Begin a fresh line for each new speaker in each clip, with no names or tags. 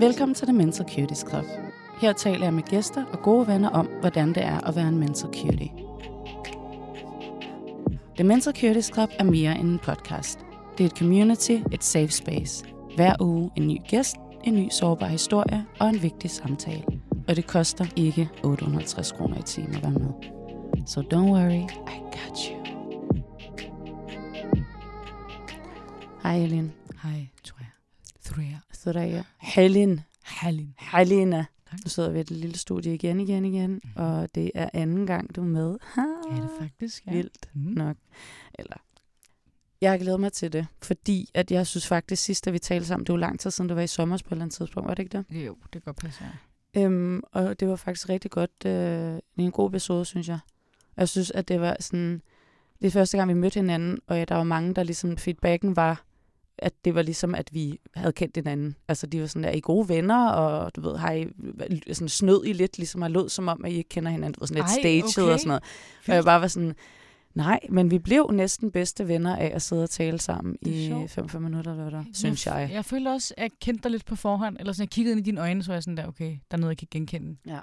Velkommen til The Mental Cuties Club. Her taler jeg med gæster og gode venner om, hvordan det er at være en mental cutie. The Mental Cuties Club er mere end en podcast. Det er et community, et safe space. Hver uge en ny gæst, en ny sårbar historie og en vigtig samtale. Og det koster ikke 850 kroner i timen at være med. So don't worry, I got you. Hej Elin.
Hej, Threa. Threa.
Så der jeg. Helin.
Hallin.
Hej Lena.
Tak. Mhm.
Nu sidder vi i et lille studie igen, igen, igen, og det er anden gang, du er med. Ha,
Ja, det er faktisk. Ja.
vildt
Mm.
nok. Eller, jeg har glædet mig til det, fordi at jeg synes faktisk sidst, da vi talte sammen, det var lang tid siden, du var i sommer på et eller andet tidspunkt, var det ikke det?
Jo, det kan godt passe. ja.
Øhm, og det var faktisk rigtig godt, øh, en god episode, synes jeg. Og Jeg synes, at det var sådan, det er første gang, vi mødte hinanden, og ja, der var mange, der ligesom, feedbacken var, at det var ligesom, at vi havde kendt hinanden. Altså, de var sådan, der, er I gode venner? Og du ved, har I sådan snød I lidt, ligesom, og lød som om, at I ikke kender hinanden. Det var sådan lidt
Ej,
staged okay.
okay.
og sådan noget. Og jeg bare var sådan, nej, men vi blev næsten bedste venner af at sidde og tale sammen
Det er
i
sjovt.
5-5 minutter, eller hvad der, synes
jeg.
jeg.
Jeg følte også, at jeg kendte dig lidt på forhånd. Eller sådan, jeg kiggede ind i dine øjne, så var jeg sådan der, okay, der er noget, jeg kan genkende.
Ja.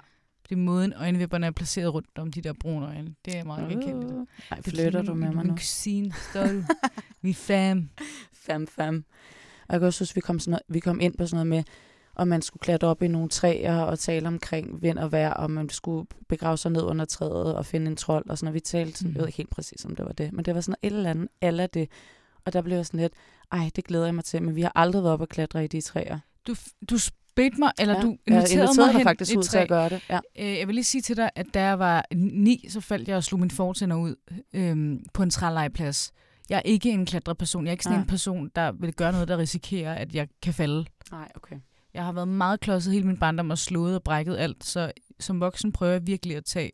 Det er måden, øjenvipperne er placeret rundt om de der brune øjne. Det er meget genkendeligt.
Uh, nej, flytter du med mig nu?
Min kusine, står du. Vi er fam.
fam, fam. Og jeg kan også huske, vi kom, sådan noget, vi kom ind på sådan noget med, om man skulle klatre op i nogle træer og tale omkring vind og vejr, og man skulle begrave sig ned under træet og finde en trold og sådan noget. Vi talte sådan, mm.
Mhm.
jeg ved ikke helt præcis, om det var det, men det var sådan et eller andet, alle det. Og der blev jeg sådan lidt, ej, det glæder jeg mig til, men vi har aldrig været oppe og klatre i de træer.
Du, du spedte mig, eller
ja,
du
jeg
inviterede, mig hen
faktisk
i
ud til
træ.
at gøre det. Ja.
Øh, jeg vil lige sige til dig, at da jeg var ni, så faldt jeg og slog min fortænder ud øhm, på en trælegeplads. Jeg er ikke en klatreperson. Jeg er ikke sådan
Nej.
en person, der vil gøre noget, der risikerer, at jeg kan falde.
Nej, okay.
Jeg har været meget klodset hele min barndom og slået og brækket alt, så som voksen prøver jeg virkelig at tage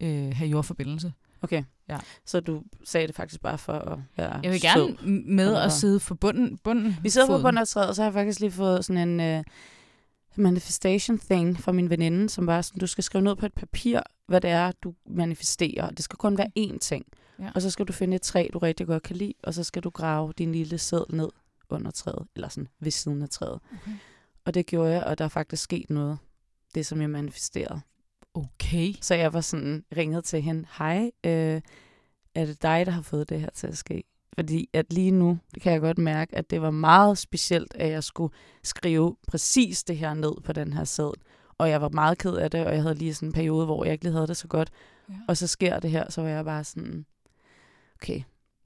øh, have jordforbindelse.
Okay.
Ja.
Så du sagde det faktisk bare for at være
Jeg
sød.
vil gerne m- med
Eller
at
hvad?
sidde for bunden. bunden
Vi sidder på
foden.
bunden af træet, og så har jeg faktisk lige fået sådan en øh, manifestation thing fra min veninde, som var sådan, du skal skrive ned på et papir, hvad det er, du manifesterer. Det skal kun være én ting.
Ja.
Og så skal du finde et træ, du rigtig godt kan lide, og så skal du grave din lille sæd ned under træet, eller sådan ved siden af træet.
Okay.
Og det gjorde jeg, og der er faktisk sket noget, det som jeg manifesterede.
Okay.
Så jeg var sådan, ringede til hende, hej, øh, er det dig, der har fået det her til at ske? Fordi at lige nu, det kan jeg godt mærke, at det var meget specielt, at jeg skulle skrive præcis det her ned på den her sæd. Og jeg var meget ked af det, og jeg havde lige sådan en periode, hvor jeg ikke lige havde det så godt.
Ja.
Og så sker det her, så var jeg bare sådan, okay,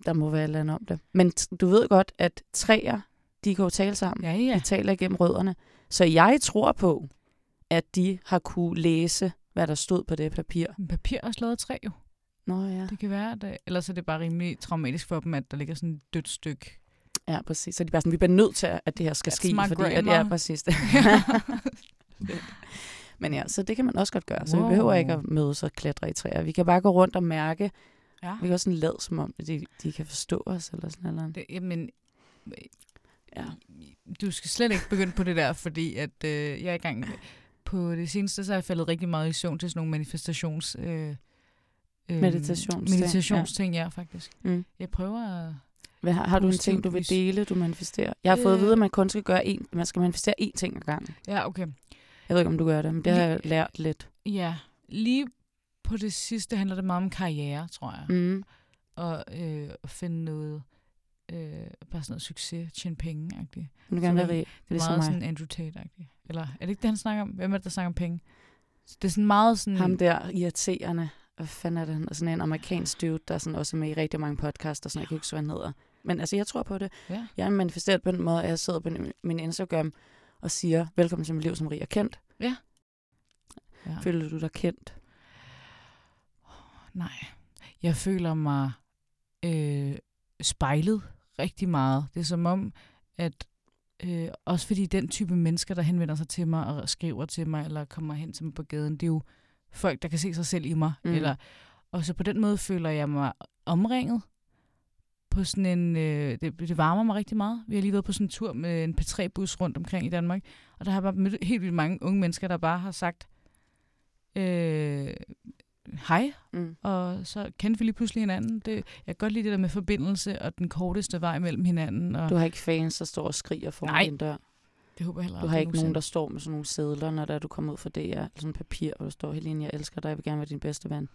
der må være et eller andet om det. Men t- du ved godt, at træer, de kan jo tale sammen.
Ja,
De
ja.
taler igennem rødderne. Så jeg tror på, at de har kunne læse, hvad der stod på det papir.
Men Papir er også lavet af træ, jo.
Nå ja.
Det kan være, at, øh, ellers er det bare rimelig traumatisk for dem, at der ligger sådan et dødt stykke
Ja, præcis. Så de er bare sådan, vi bliver nødt til, at det her skal
That's
ske,
my
fordi at,
grandma.
ja, præcis det. Men ja, så det kan man også godt gøre. Så wow. vi
Wow.
behøver ikke at mødes og klatre i træer. Vi kan bare gå rundt og mærke.
Ja.
Vi kan også sådan lade, som om at de, de kan forstå os eller sådan eller andet.
Det, jamen,
Ja.
ja. du skal slet ikke begynde på det der, fordi at øh, jeg er i gang med, på det seneste, så er jeg faldet rigtig meget i søvn til sådan nogle manifestations... Øh, øh,
Meditationsting,
Meditationsting, ja, ja faktisk.
Mm.
Jeg prøver at...
Hvad, har, har du en ting,
Positivt
du vil
lys.
dele, du manifesterer? Jeg har fået at
Øh.
vide, at man kun skal gøre én, man skal manifestere én ting ad gangen.
Ja, okay.
Jeg ved ikke, om du gør det, men det har
Lige-
jeg lært lidt.
Ja, lige på det sidste handler det meget om karriere, tror jeg.
Mm.
Og øh, at finde noget... Øh, bare sådan noget succes, tjene penge-agtigt.
Du kan
Så
være
det-
rig,
Det er
ligesom
meget
mig.
sådan Andrew tate -agtig. Eller er det ikke det, han snakker om? Hvem er det, der snakker om penge? Det er sådan meget sådan...
Ham der irriterende, hvad fanden er det, han er sådan en amerikansk dude, der sådan også er med i rigtig mange podcasts og sådan, jeg kan ikke huske, hvad han hedder. Men altså, jeg tror på det.
Ja.
Jeg er manifesteret på den måde, at jeg sidder på min Instagram og siger, velkommen til mit liv som rig og kendt.
ja.
Føler du dig kendt?
Nej. Jeg føler mig øh, spejlet rigtig meget. Det er som om, at øh, også fordi den type mennesker, der henvender sig til mig og skriver til mig, eller kommer hen til mig på gaden, det er jo folk, der kan se sig selv i mig.
Mm.
Mm. Eller, og så på den måde føler jeg mig omringet på sådan en... Øh, det, det varmer mig rigtig meget. Vi har lige været på sådan en tur med en P3-bus rundt omkring i Danmark, og der har jeg bare mødt helt vildt mange unge mennesker, der bare har sagt øh, hej,
Mm.
og så kendte vi lige pludselig hinanden. Det, jeg kan godt lide det der med forbindelse og den korteste vej mellem hinanden. Og
Du har ikke fans, der står og skriger foran
Nej.
din dør.
Det håber jeg heller
Du har ikke nogen, der står med sådan nogle sædler, når der, du kommer ud fra DR, eller sådan en papir, hvor der står, Helene, jeg elsker dig, jeg vil gerne være din bedste ven.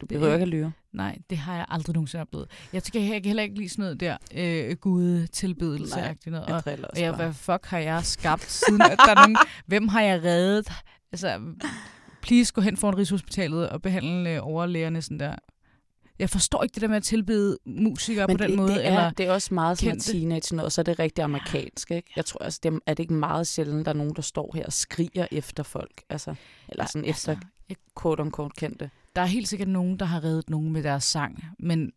Du behøver
er-
ikke at lyve.
Nej, det har jeg aldrig nogensinde oplevet. Jeg kan, jeg kan heller ikke lide sådan noget der øh, gud tilbedelse noget. Og,
driller
og jeg, hvad fuck har jeg skabt siden, at der er nogen, hvem har jeg reddet? Altså, please gå hen foran Rigshospitalet og behandle øh, overlægerne sådan der. Jeg forstår ikke det der med at tilbede musikere
Men
på den
det,
måde.
det, er,
eller,
det er også meget sådan
kendte.
teenage noget, og så er det rigtig amerikansk. Ikke? Jeg tror altså, det er, er det ikke meget sjældent, der er nogen, der står her og skriger efter folk. Altså, eller sådan efter quote unquote kendte.
Ah, altså, der er helt sikkert nogen, der har reddet nogen med deres sang, men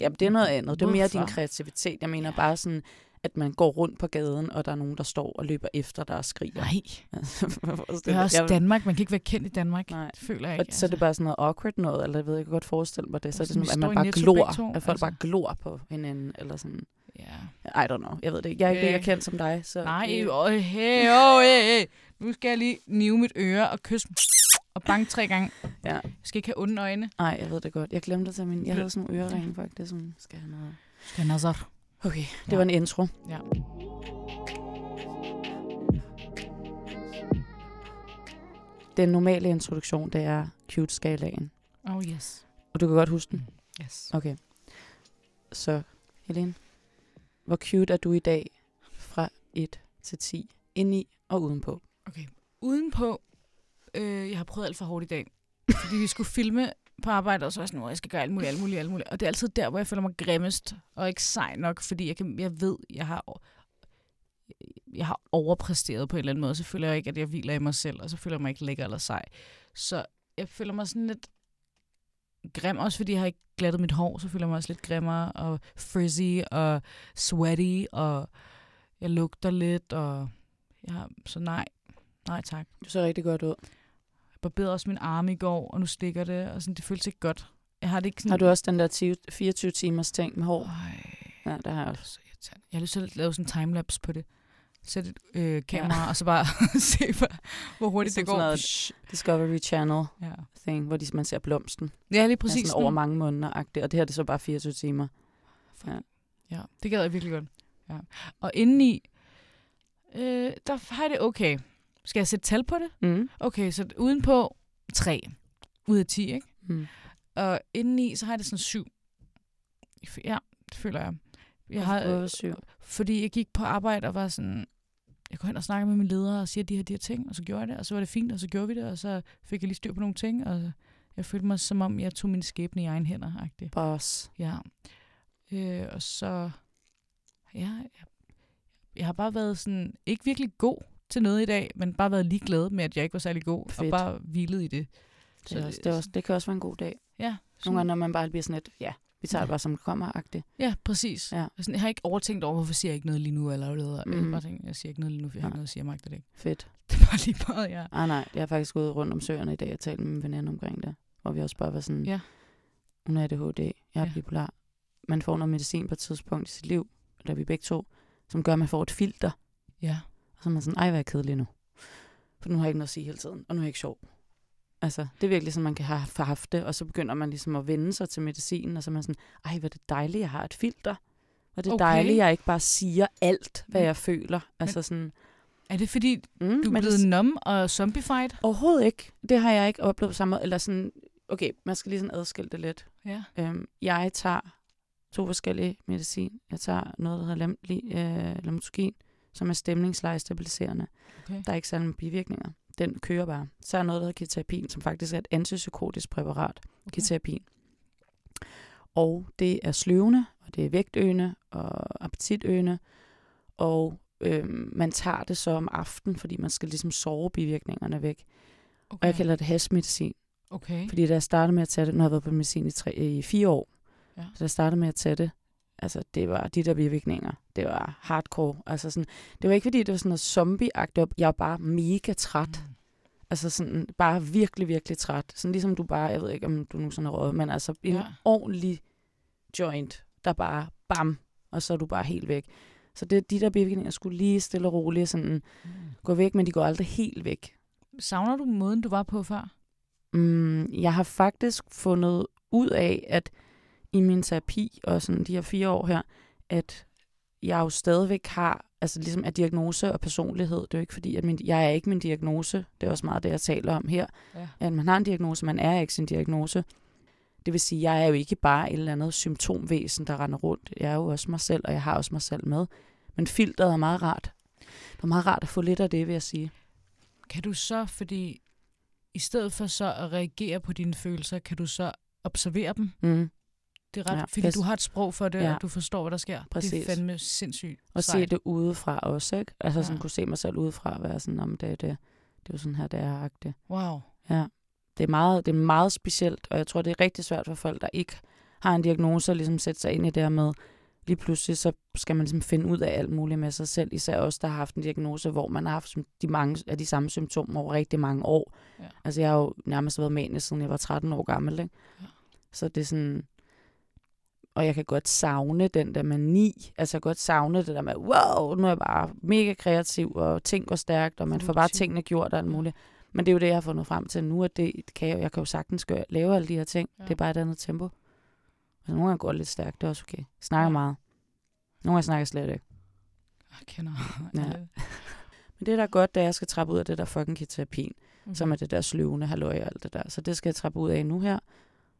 Jamen, det er noget andet. Det er mere din
Hvorfor?
kreativitet. Jeg mener bare sådan, at man går rundt på gaden, og der er nogen, der står og løber efter dig og skriger.
nej,
det
det er også Danmark. Man kan ikke være kendt i Danmark.
Nej.
Det føler jeg
Og
ikke. altså.
så er det bare sådan noget awkward noget, eller jeg ved, jeg kan godt forestille mig det. Så er det
Sådan,
altså. sådan,
vi
at
står
man bare
i Netto
glor,
begge to,
at folk
altså.
bare glor på hinanden, eller sådan.
Ja.
I don't know, jeg ved det ikke. Jeg er ikke lige
Øh,
øh, kendt som dig, så...
Nej,
øh,
øh, hey, oh, hey, hey. Nu skal jeg lige nive mit øre og kysse og banke tre gange.
Ja.
Jeg skal ikke have onde øjne.
Nej, jeg ved det godt. Jeg glemte at tage min... Jeg havde sådan nogle øreringe, faktisk. Sådan, skal jeg have noget...
Skal jeg
Okay, det
Ja.
ja. var en intro.
Ja.
Den normale introduktion, det er cute-skalaen.
Oh yes.
Og du kan godt huske den.
Yes.
Okay. Så, Helene, hvor cute er du i dag fra 1 til 10? Indeni og udenpå.
Okay. Udenpå, øh, jeg har prøvet alt for hårdt i dag, fordi vi skulle filme på arbejde, og så var jeg sådan, "Åh, jeg skal gøre alt muligt, alt muligt, alt muligt. Og det er altid der, hvor jeg føler mig grimmest og ikke sej nok, fordi jeg, kan, jeg ved, jeg har, jeg har overpræsteret på en eller anden måde, så føler jeg ikke, at jeg hviler i mig selv, og så føler jeg mig ikke lækker eller sej. Så jeg føler mig sådan lidt grim, også fordi jeg har ikke glattet mit hår, så føler jeg mig også lidt grimmere og frizzy og sweaty, og jeg lugter lidt, og jeg har, så nej, nej tak.
Du ser rigtig godt ud.
Jeg barberede også min arme i går, og nu stikker det, og sådan, det føles ikke godt. Jeg har det ikke sådan...
Har du også den der 10 24 timers ting med hår?
Øj,
Ja, det har jeg også.
så irriterende. jeg har lyst til at lave sådan en timelapse på det. Sæt et øh, kamera, ja. og så bare se, hvor, hvor hurtigt det,
Ligesom
det går.
sådan noget Discovery Channel
Ja.
thing, hvor de, man ser blomsten.
ja, lige
Præcis.
præcis.
Sådan over mange måneder -agtigt, og det her det er så bare 24 timer.
Ja.
Ja.
ja, det gad jeg virkelig godt. Ja. Og indeni, øh, der har jeg det okay. Skal jeg sætte tal på det?
Mm.
Okay, så udenpå 3 ud af 10, ikke?
Mm.
Og indeni, så har jeg det sådan 7. Ja, det føler jeg. Jeg har, øh,
syv.
Fordi jeg gik på arbejde og var sådan, jeg går hen og snakker med min leder og siger de her, de her ting, og så gjorde jeg det, og så var det fint, og så gjorde vi det, og så fik jeg lige styr på nogle ting, og jeg følte mig som om, jeg tog min skæbne i egen hænder, agtig.
Boss.
Ja. Øh, og så, ja, jeg, jeg har bare været sådan, ikke virkelig god til noget i dag, men bare været ligeglad med, at jeg ikke var særlig god, og
Fedt.
bare hvilet i det.
Det, er også, det, er også, det kan også være en god dag.
Ja,
Nogle
sådan,
gange, når man bare bliver sådan lidt, ja, vi tager det bare som det kommer agtigt.
ja, præcis.
Ja.
Sådan, jeg har ikke overtænkt over, hvorfor siger jeg ikke noget lige nu, eller, eller, eller
Mhm.
bare tænkt, jeg siger ikke noget lige nu, for jeg har
Nej.
ikke noget at sige, jeg magter det ikke.
Fedt.
Det var lige meget, ja.
Ah nej, jeg har faktisk gået rundt om søerne i dag og talt med min veninde omkring det. Hvor vi også bare var sådan,
Ja.
hun er ADHD, jeg er
Ja.
bipolar. Man får noget medicin på et tidspunkt i sit liv, eller vi begge to, som gør, at man får et filter.
Ja.
Og så er man sådan, ej, hvor er jeg kedelig nu. For nu har jeg ikke noget at sige hele tiden, og nu er jeg ikke sjov. Altså, det er virkelig sådan, man kan have have haft det, og så begynder man ligesom at vende sig til medicinen, og så er man sådan, ej, hvor er det dejligt, jeg har et filter. Og det er
Okay.
okay.
Mm.
dejligt, jeg ikke bare siger alt, hvad
Men-
jeg føler. Altså sådan,
Er det fordi,
mm,
du er
men
blevet numb og zombified?
overhovedet ikke. Det har jeg ikke oplevet på samme måde. Eller sådan, okay, man skal lige sådan adskille det lidt.
Ja.
Øhm, jeg tager to forskellige medicin. Jeg tager noget, der hedder lem, li, øh, lamotogin, som er stemningslejestabiliserende.
Okay.
Der er ikke særlig mange bivirkninger. Den kører bare. Så er noget, der hedder ketapin, som faktisk er et antipsykotisk præparat. Okay. Ketapin. Og det er sløvende, og det er vægtøgende og appetitøgende. Og øhm, man tager det så om aftenen, fordi man skal ligesom sove bivirkningerne væk. Og jeg kalder det hashmedicin,
okay.
fordi da jeg startede med at tage det, nu har jeg været på medicin i, tre, i fire år,
Ja.
så da jeg startede med at tage det, altså det var de der bivirkninger, det var hardcore. Altså sådan, det var ikke fordi, det var sådan noget zombie jeg var bare mega træt.
Mm.
Altså sådan, bare virkelig, virkelig træt. Sådan ligesom du bare, jeg ved ikke, om du nogensinde har røget, men altså en
Ja.
ja. ordentlig joint, der bare bam, og så er du bare helt væk. Så det, de der bivirkninger skulle lige stille og roligt sådan,
Mm.
gå væk, men de går aldrig helt væk.
Savner du måden, du var på før?
Mm, jeg har faktisk fundet ud af, at i min terapi og sådan de her fire år her, at jeg jo stadigvæk har, altså ligesom af diagnose og personlighed, det er jo ikke fordi, at min, jeg er ikke min diagnose, det er også meget det, jeg taler om her,
Ja.
at man har en diagnose, man er ikke sin diagnose. Det vil sige, jeg er jo ikke bare et eller andet symptomvæsen, der render rundt. Jeg er jo også mig selv, og jeg har også mig selv med. Men filteret er meget rart. Det er meget rart at få lidt af det, vil jeg sige.
Kan du så, fordi i stedet for så at reagere på dine følelser, kan du så observere dem?
Mm.
Det er ret,
Ja,
ja, fordi
yes.
du har et sprog for det,
Ja.
ja. og du forstår, hvad der sker.
Præcis.
Det er fandme sindssygt
Og se
sejt.
det udefra også, ikke? Altså
Ja.
sådan kunne se mig selv udefra og være sådan, om det er det. Det er jo sådan her, det er agtigt.
Wow.
Det er, meget, det er meget specielt, og jeg tror, det er rigtig svært for folk, der ikke har en diagnose, at ligesom sætte sig ind i det her med, lige pludselig så skal man ligesom finde ud af alt muligt med sig selv, især også der har haft en diagnose, hvor man har haft sym- de, mange, af de samme symptomer over rigtig mange år.
Ja.
Altså jeg har jo nærmest været manisk, siden jeg var 13 år gammel, ikke?
Ja.
Så det er sådan... Og jeg kan godt savne den der mani. Altså jeg kan godt savne det der med, wow, nu er jeg bare mega kreativ, og ting går stærkt, og man får bare
Produktiv.
tingene gjort og alt muligt. Men det er jo det, jeg har fundet frem til nu, at det kan jeg, jeg kan jo sagtens gøre, lave alle de her ting. Ja.
Ja.
Det er bare et andet tempo. Altså, nogle gange går det lidt stærkt, det er også okay. Jeg snakker ja.
Ja.
meget. Nogle gange snakker jeg slet ikke.
Jeg kender
Ja.
alle.
Men det, der er godt, det er, at jeg skal trappe ud af det der fucking terapien, mm.
Mhm.
som er det der sløvende halløj og alt det der. Så det skal jeg trappe ud af nu her,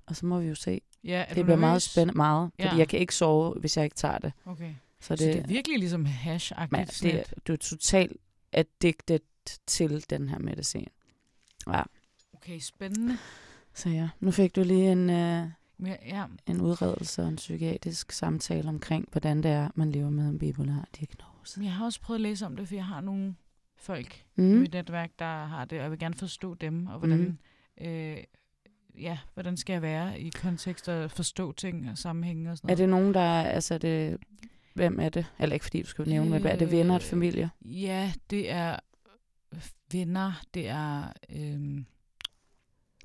og så må vi jo se.
ja, er
det
du
bliver meget
nervøs?
spændende, meget, fordi
Ja.
jeg kan ikke sove, hvis jeg ikke tager det.
Okay.
Så
Så det er
det,
virkelig ligesom hash-agtigt.
man,
sådan
det,
et-
er- du er totalt addicted til den her medicin.
Okay, spændende.
Så ja, nu fik du lige en, øh,
Men ja,
en udredelse og en psykiatrisk samtale omkring, hvordan det er, man lever med en bipolar diagnose.
men jeg har også prøvet at læse om det, for jeg har nogle folk mm. i
Mm.
mit netværk, der har det, og jeg vil gerne forstå dem, og hvordan, mm. øh, ja, hvordan skal jeg være i kontekst og forstå ting og sammenhænge og sådan
Er
noget.
det nogen, der er, altså er det, hvem er det? Eller ikke fordi du skal nævne, men hvad er det venner og
Øh,
familie?
Ja, det er venner, det er... Øh,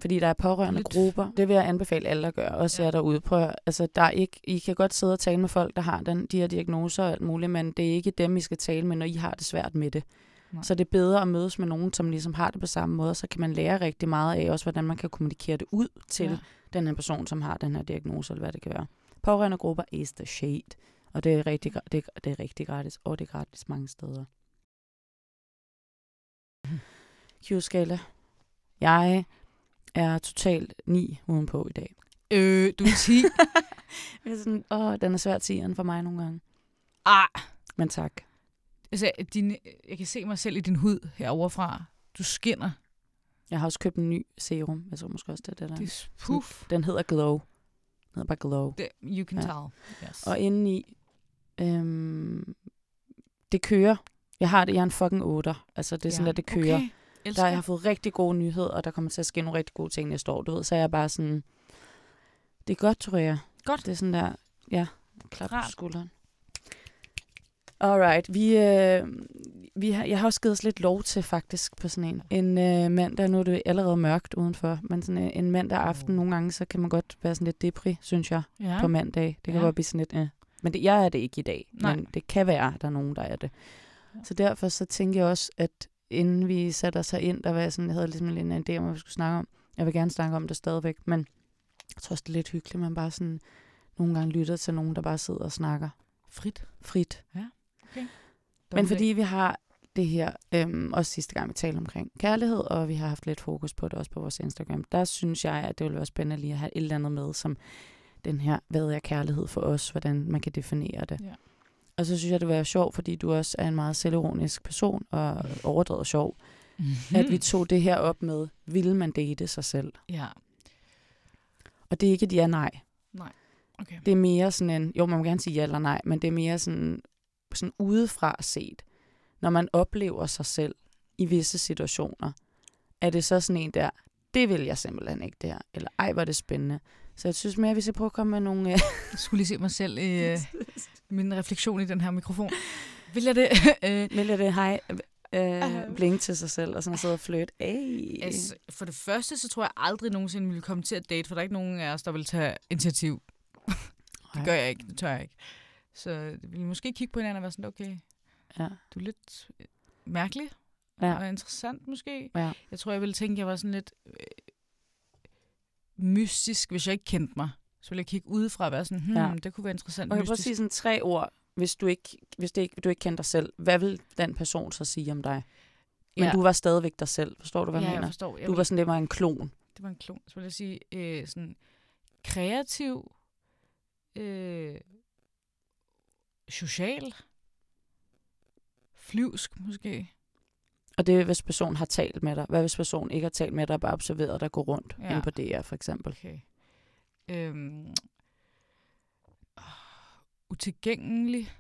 Fordi der er pårørende
lidt-
grupper. Det vil jeg anbefale alle at gøre, også
Ja.
jer derude. Prøv, at- altså, der er ikke, I kan godt sidde og tale med folk, der har den, de her diagnoser og alt muligt, men det er ikke dem, I skal tale med, når I har det svært med det.
Nej.
Så det er bedre at mødes med nogen, som ligesom har det på samme måde, og så kan man lære rigtig meget af også, hvordan man kan kommunikere det ud til
Ja.
den her person, som har den her diagnose, eller hvad det kan være. Pårørende grupper is the shade. Og det er, rigtig, gra- det, er- det er rigtig gratis, og det er gratis mange steder. Q-skala. Jeg er totalt 9 udenpå i dag.
øh, du er 10.
Jeg er sådan, åh, den er svær tieren for mig nogle gange.
ah,
Men tak.
altså, din, jeg kan se mig selv i din hud heroverfra. Du skinner.
Jeg har også købt en ny serum. Jeg tror måske også, det er det der.
Det er puff.
Den hedder Glow. Den hedder bare Glow.
Det, you can
Ja.
ja. tell. Yes.
Og indeni, øhm, det kører. Jeg har det, jeg er en fucking otter. Altså, det er sådan, at det kører.
Okay.
Der,
Elsker.
jeg har fået rigtig gode nyheder, og der kommer til at ske nogle rigtig gode ting næste år, du ved. Så er jeg bare sådan, det er godt, tror jeg.
Godt.
Det er sådan der, ja, klap på
Rart.
skulderen. Alright, vi, øh, vi har, jeg har også givet os lidt lov til faktisk på sådan en. En øh, mandag, nu er det allerede mørkt udenfor, men sådan øh, en, en mandag aften
Åh.
nogle gange, så kan man godt være sådan lidt depri, synes jeg,
ja.
ja. på mandag. Det kan
Ja.
godt blive sådan lidt, øh. men det, jeg er det ikke i dag,
Nej.
men det kan være, at der er nogen, der er det. Så derfor så tænker jeg også, at inden vi satte os herind, der var jeg sådan, jeg havde ligesom en idé om, hvad vi skulle snakke om. Jeg vil gerne snakke om det stadigvæk, men jeg tror også, det er lidt hyggeligt, man bare sådan nogle gange lytter til nogen, der bare sidder og snakker
Frit.
frit. Men
Dommedag.
fordi vi har det her, øhm, også sidste gang vi talte omkring kærlighed, og vi har haft lidt fokus på det også på vores Instagram, der synes jeg, at det ville være spændende lige at have et eller andet med, som den her, hvad er kærlighed for os, hvordan man kan definere det.
Ja.
Og så synes jeg, det var sjovt, fordi du også er en meget selvironisk person, og overdrevet sjov, mm.
Hmm.
at vi tog det her op med, vil man date sig selv?
Mhm. Ja.
Og det er ikke et ja nej.
Okay.
Det er mere sådan en, jo man må gerne sige ja eller nej, men det er mere sådan, sådan udefra set, når man oplever sig selv i visse situationer, er det så sådan en der, det vil jeg simpelthen ikke det her, eller ej hvor er det spændende. Så jeg synes mere, at vi skal prøve at komme med nogle... øh,
Jeg skulle lige se mig selv i øh, min refleksion i den her mikrofon. Vil jeg det? øh,
Vælger det hej, øh,
Ah.
blink til sig selv, og sådan sidde og flytte. Ej.
altså, for det første, så tror jeg aldrig nogensinde, vi vil komme til at date, for der er ikke nogen af os, der vil tage initiativ.
Nej.
Det gør jeg ikke. Det tør jeg ikke. Så vi vil måske kigge på hinanden og være sådan, okay,
Ja.
du er lidt øh, mærkelig
Ja.
og interessant måske.
Ja.
Jeg tror, jeg ville tænke, at jeg var sådan lidt øh, mystisk, hvis jeg ikke kendte mig. Så ville jeg kigge udefra og være sådan, hmm,
Ja.
det kunne være interessant
Okay, prøv at
mystisk.
sige sådan tre ord, hvis du ikke, hvis det ikke, du ikke kender dig selv, hvad vil den person så sige om dig? Men
Ja.
ja. du var stadigvæk dig selv, forstår du, hvad
ja,
jeg
jeg
mener?
forstår. Jeg
Du var sådan, det var en klon.
Det var en klon. Så vil jeg sige, øh, sådan kreativ, øh, social, flyvsk måske.
Og det er, hvis personen har talt med dig. Hvad hvis personen ikke har talt med dig, og bare observeret dig gå rundt
Ja.
ja. inde på DR, for eksempel?
Okay. Øhm, åh, utilgængelig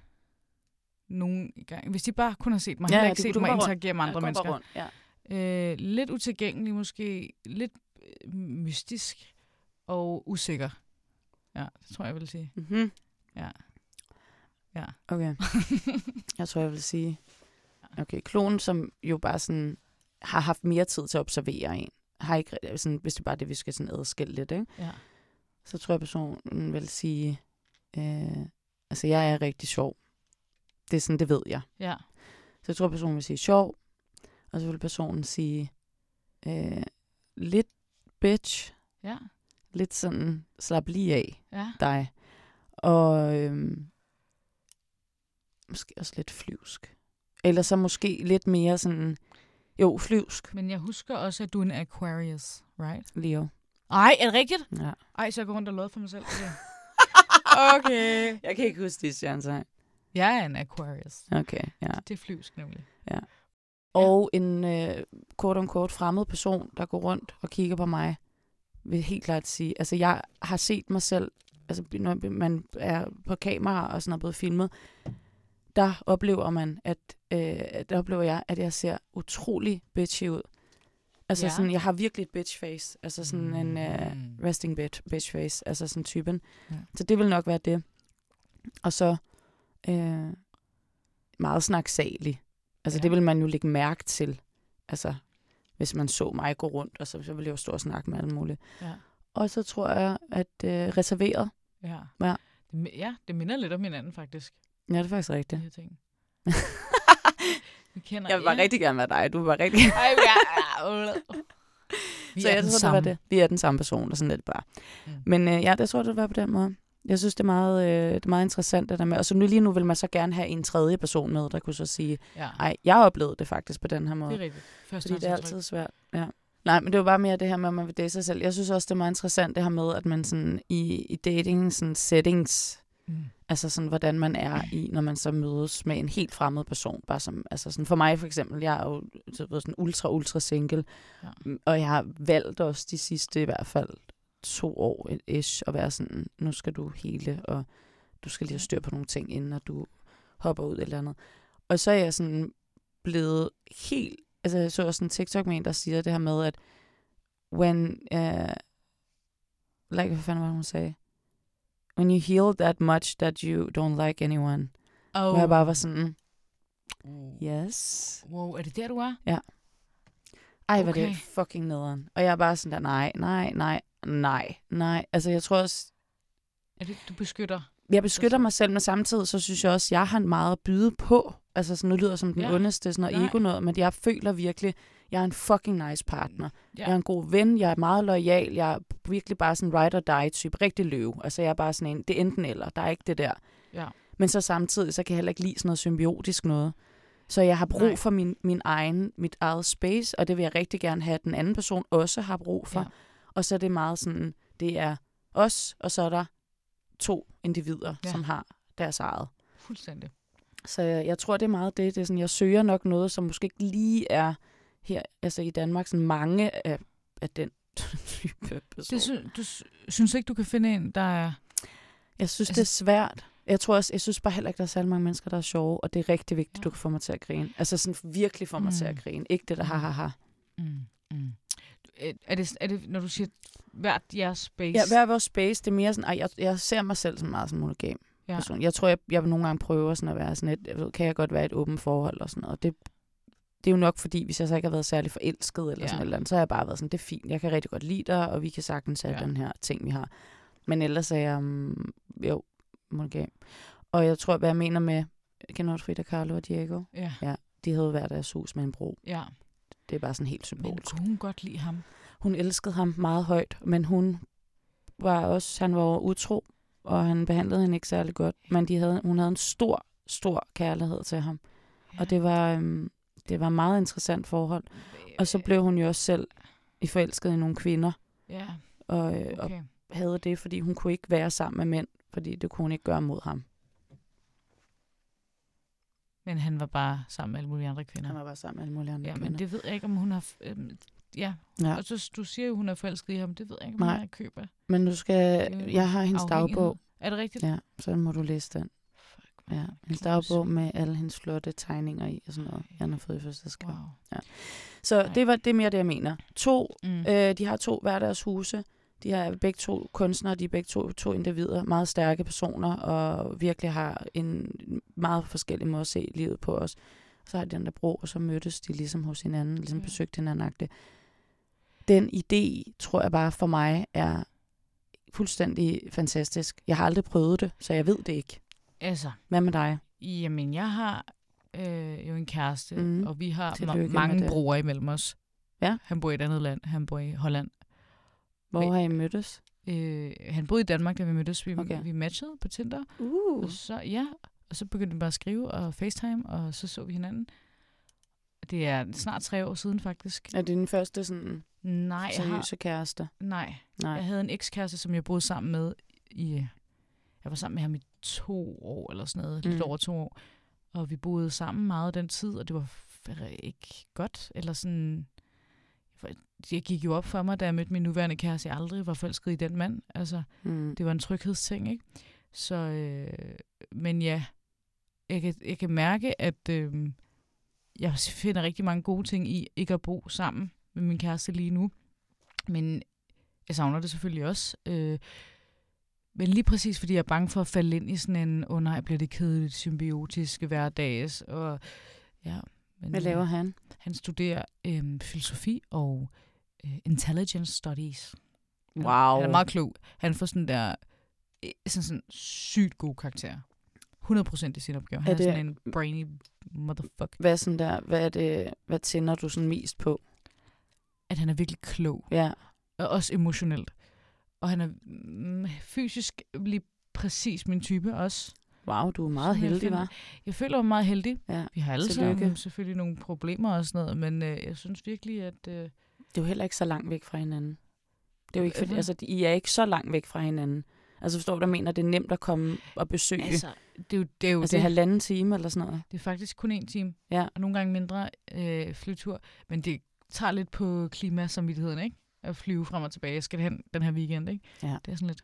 nogle gange. Hvis de bare kun har set mig,
Ja,
ja, har
ja,
ikke
du-
set
du
mig
går rundt.
interagere med andre
Ja, gå bare
mennesker.
Rundt. Ja.
Øh, lidt utilgængelig måske, lidt øh, mystisk og usikker. Ja, det tror jeg, jeg vil sige.
Mm-hmm.
Ja. Ja.
Okay. Jeg tror, jeg vil sige... Okay, klonen, som jo bare sådan har haft mere tid til at observere en, har ikke, rigtig- sådan, hvis det er bare det, vi skal sådan adskille lidt, ikke?
ja.
så tror jeg, personen vil sige, øh, altså jeg er rigtig sjov. Det er sådan, det ved jeg.
Ja.
Så jeg tror, personen vil sige sjov, og så vil personen sige øh, lidt bitch,
Ja.
lidt sådan slap lige af
Ja.
dig. Og øh, måske også lidt flyvsk. Eller så måske lidt mere sådan, jo, flyvsk,
Men jeg husker også, at du er en Aquarius, right?
Leo.
Ej, er det rigtigt?
Ja.
Ej, så jeg går rundt og lovet for mig selv. Okay. okay.
Jeg kan ikke huske det, stjernetegn.
Jeg er en Aquarius.
Okay, ja.
Det er flyvsk nemlig.
Og en øh, kort om kort fremmed person, der går rundt og kigger på mig, vil helt klart sige, altså jeg har set mig selv, altså når man er på kamera og sådan er blevet filmet, der oplever man, at øh, der oplever jeg, at jeg ser utrolig bitchy ud. Altså
Ja.
ja. sådan, jeg har virkelig et bitch face, altså sådan en øh,
Mm.
resting bitch, bitch face, altså sådan typen.
Ja.
Ja. Så det vil nok være det. Og så øh, meget snaksalig. Altså
Ja.
ja. det vil man jo lægge mærke til. Altså hvis man så mig gå rundt, og så, så ville jeg jo stå og snakke med alle mulige.
Ja.
Og så tror jeg, at øh, reserveret.
Ja.
Ja.
Det, mi- ja, det minder lidt om hinanden faktisk,
Ja, det er faktisk
de
rigtigt.
her ting. Vi kender ja.
rigtig gerne være dig. Du var rigtig gerne.
Ej, ja. Vi
så
er
jeg
den
tror,
samme.
det var det. Vi er den samme person, og sådan lidt bare.
Mm.
Mm. Men øh, ja, det tror jeg, det var på den måde. Jeg synes, det er meget, øh, det er meget interessant, det der med. Og så nu, lige nu vil man så gerne have en tredje person med, der kunne så sige,
Ja,
nej, jeg oplevede det faktisk på den her måde.
det er rigtigt. Første
Fordi det er altid svært. Ja. Nej, men det var bare mere det her med, at man vil date sig selv. Jeg synes også, det er meget interessant det her med, at man sådan i, i dating sådan settings,
Mm.
altså sådan, hvordan man er i, når man så mødes med en helt fremmed person. Bare som, altså sådan, for mig for eksempel, jeg er jo så ved, sådan ultra, ultra single,
Ja.
ja. og jeg har valgt også de sidste i hvert fald to år ish, at være sådan, nu skal du hele, og du skal lige have styr på nogle ting, inden at du hopper ud eller andet. Og så er jeg sådan blevet helt, altså jeg så også en TikTok med en, der siger det her med, at when, uh, like, hvad fanden var det, hun sagde? When you heal that much that you don't like anyone.
Oh.
Oh. Hvor jeg bare var sådan,
Uh.
yes.
Wow, er det der, du er?
Ej, hvor okay.
Okay.
det fucking nederen. Og jeg er bare sådan der, nej, nej, nej, nej, nej. Altså jeg tror også,
Er det, du beskytter?
jeg beskytter mig selv, men samtidig så synes jeg også, at jeg har meget at byde på. Altså sådan, nu lyder jeg som den
Ja.
ja. ondeste, sådan
Nej.
noget ego noget, men jeg føler virkelig, jeg er en fucking nice partner.
Ja.
Ja. Jeg er en god ven, jeg er meget lojal, jeg er virkelig bare sådan ride or die type, rigtig løve. Altså jeg er bare sådan en, det er enten eller, der er ikke det der.
Ja.
Men så samtidig, så kan jeg heller ikke lide sådan noget symbiotisk noget. Så jeg har brug
Nej.
Nej. for min, min egen, mit eget space, og det vil jeg rigtig gerne have, at den anden person også har brug for.
Ja.
Ja. Og så er det meget sådan, det er os, og så er der to individer,
Ja.
ja. som har deres eget.
Fuldstændig.
Så jeg, jeg tror, det er meget det. det er sådan, jeg søger nok noget, som måske ikke lige er her altså i Danmark sådan mange af, af den type person.
Det sy- du sy- synes ikke, du kan finde en, der er...
Jeg synes,
Altså-
det er svært. Jeg tror også, jeg synes bare heller ikke, der er særlig mange mennesker, der er sjove, og det er rigtig vigtigt,
Ja.
ja. du kan få mig til at grine. Altså sådan virkelig få mig mm. til
Mm.
at grine. Ikke det der ha, ha, ha.
Mm, mm. Øh, Er, det, er det, når du siger hvert jeres space?
Ja, hver vores space, det er mere sådan, ej, jeg, jeg ser mig selv sådan meget som monogam
Ja.
ja. person. Jeg tror, jeg, jeg vil nogle gange prøve sådan at være sådan et, jeg ved, kan jeg godt være i et åbent forhold og sådan noget. Og Det, det er jo nok fordi, hvis jeg så ikke har været særlig forelsket eller
Ja.
ja. sådan et eller andet, så har jeg bare været sådan, det er fint, jeg kan rigtig godt lide dig, og vi kan sagtens have
Ja.
ja. den her ting, vi har. Men ellers er jeg, um, jo, monogam. Og jeg tror, hvad jeg mener med, kender du Frida Kahlo og Diego?
ja.
De havde hver deres hus med en bro.
ja.
Det er bare sådan helt
Men
symbolsk.
kunne hun godt lide ham?
Hun elskede ham meget højt, men hun var også, han var jo utro. og han behandlede hende ikke særlig godt, men de havde, hun havde en stor, stor kærlighed til ham. Ja. Og det var, øhm, det var et meget interessant forhold. Og så blev hun jo også selv i forelsket i nogle kvinder,
Ja,
og, øh, og
okay.
havde det, fordi hun kunne ikke være sammen med mænd, fordi det kunne hun ikke gøre mod ham.
Men han var bare sammen med alle mulige andre kvinder.
Han var bare sammen med alle mulige andre
Ja, men
kvinder.
det ved jeg ikke, om hun har... f- Øhm, ja,
Ja.
og så du siger jo, hun er forelsket i ham. Det ved jeg ikke, om
Nej.
hun er køber.
Men du skal,
Det er jo
jeg har hendes
afhængighed.
dagbog.
Er det rigtigt?
Ja, så må du læse den.
Fuck, man.
Ja, hendes
Kan du
dagbog med alle hendes flotte tegninger i og sådan noget,
Ej.
han har fået i fødselsdagsgave.
Wow.
Så
Nej.
det var det er mere det, jeg mener. To,
Mm.
øh, de har to hver deres huse. De er begge to kunstnere, de er begge to, to individer, meget stærke personer, og virkelig har en meget forskellig måde at se livet på os. Så har de den der bro, og så mødtes de ligesom hos hinanden, ligesom
Ja.
besøgte hinanden. agtigt. Den idé, tror jeg bare for mig, er fuldstændig fantastisk. Jeg har aldrig prøvet det, så jeg ved det ikke.
Altså,
Hvad med dig?
Jamen, jeg har øh, jo en kæreste,
Mhm.
mm. og vi har
Tillykke
ma-
med
mange
det.
broer imellem os.
Ja.
Han bor i et andet land, han bor i Holland.
Hvor
Men-
har I mødtes?
Øh, han boede i Danmark, da vi mødtes. Vi,
Okay.
okay. vi matchede på Tinder.
Uh.
Og så, ja, og så begyndte vi bare at skrive og facetime, og så så vi hinanden. Det er snart tre år siden, faktisk.
Er det din første sådan,
Nej, jeg har,
seriøse kæreste?
nej.
Nej.
jeg havde en ekskæreste, som jeg boede sammen med i... Jeg var sammen med ham i to år eller sådan noget. Mm. Lidt
Mm.
over to år. Og vi boede sammen meget den tid, og det var f- ikke godt. Eller sådan... for- Det gik jo op for mig, da jeg mødte min nuværende kæreste. Jeg aldrig var forelsket i den mand. Altså,
Mm.
det var en tryghedsting, ikke? Så, øh, men ja, jeg kan, jeg kan mærke, at øh, jeg finder rigtig mange gode ting i ikke at bo sammen med min kæreste lige nu. Men jeg savner det selvfølgelig også. Øh, men lige præcis, fordi jeg er bange for at falde ind i sådan en, åh oh nej, bliver det kedeligt, symbiotisk hverdags. Og, ja, men, øh,
Hvad laver han?
Han studerer øh, filosofi og øh, intelligence studies. Han- Han er meget klog. Han får sådan der øh, sådan, sådan sygt gode karakterer. 100% i sin opgave. Han
Er
er, er
det-
sådan en brainy motherfucker.
Hvad, er sådan der, hvad, er det, hvad tænder du sådan mest på?
At han er virkelig klog.
Ja.
Og også emotionelt. Og han er mm, fysisk lige præcis min type også.
Wow, du er meget
Sådan, jeg
heldig,
finder-
var.
Jeg føler mig meget heldig.
Ja.
Vi har alle
Tillykke.
sammen selvfølgelig nogle problemer og sådan noget, men øh, jeg synes virkelig, at... Øh,
Det er jo heller ikke så langt væk fra hinanden. Det er jo ikke, fordi,
Hvad?
altså, I er ikke så langt væk fra hinanden. Altså forstår du, der mener, det er nemt at komme og besøge. Altså,
altså, det er jo det. Er jo
altså
det.
halvanden time eller sådan noget.
Det er faktisk kun en time,
Ja.
og nogle gange mindre øh, flytur. Men det tager lidt på klimasamvittigheden, ikke? At flyve frem og tilbage. Jeg skal hen den her weekend, ikke?
Ja.
Det er sådan lidt,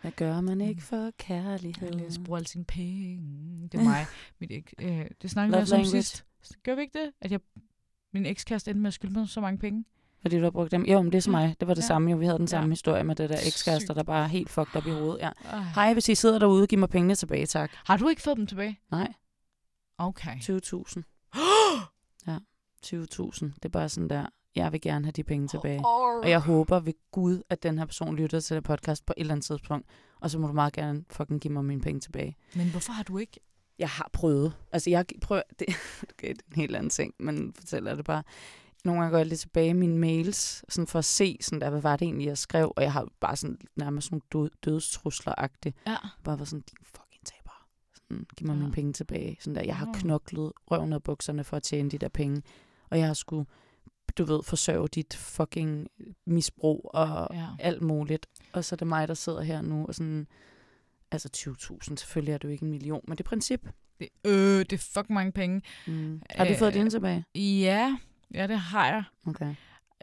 Hvad gør man
Mm.
ikke for kærlighed?
jeg bruger alle sine penge. Det er mig. Mit ek, øh, det snakkede vi
Love
også om
language.
sidst. Gør vi ikke det? At jeg, min ekskæreste endte med at skylde mig så mange penge.
Fordi du har brugt dem. Jo, men det er så
Ja.
mig. Det var det
Ja.
samme jo. Vi havde den
Ja.
samme historie med det der
Sygt.
ekskærester, der bare er helt fucked op i hovedet. Ja.
Øh.
Hej, hvis I sidder derude, giv mig pengene tilbage, tak.
Har du ikke fået dem tilbage?
Nej,
Okay.
20.000. ja, 20.000. Det er bare sådan der, jeg vil gerne have de penge tilbage. Og jeg håber ved Gud, at den her person lytter til det podcast på et eller andet tidspunkt. Og så må du meget gerne fucking give mig mine penge tilbage.
Men hvorfor har du ikke?
Jeg har prøvet. Altså, jeg prøver... Det, okay, det er en helt anden ting, men fortæller det bare. Nogle gange går jeg lidt tilbage i mine mails, sådan for at se, sådan der, hvad var det egentlig, jeg skrev. Og jeg har bare sådan nærmest sådan død, dødstrusler-agtigt.
Ja.
Bare var sådan, din fucking taber. Sådan, giv mig
Ja.
ja. mine penge tilbage. Sådan der, jeg har
Nå.
knoklet røven af bukserne for at tjene de der penge. Og jeg har skulle, du ved, forsørge dit fucking misbrug og,
ja.
alt muligt. Og så er det mig, der sidder her nu og sådan... Altså 20.000, selvfølgelig er det jo ikke en million, men det er princip.
Det, øh, det er fucking mange penge.
Mm. Har du fået
Øh.
dine tilbage?
Ja, ja det har jeg.
Okay.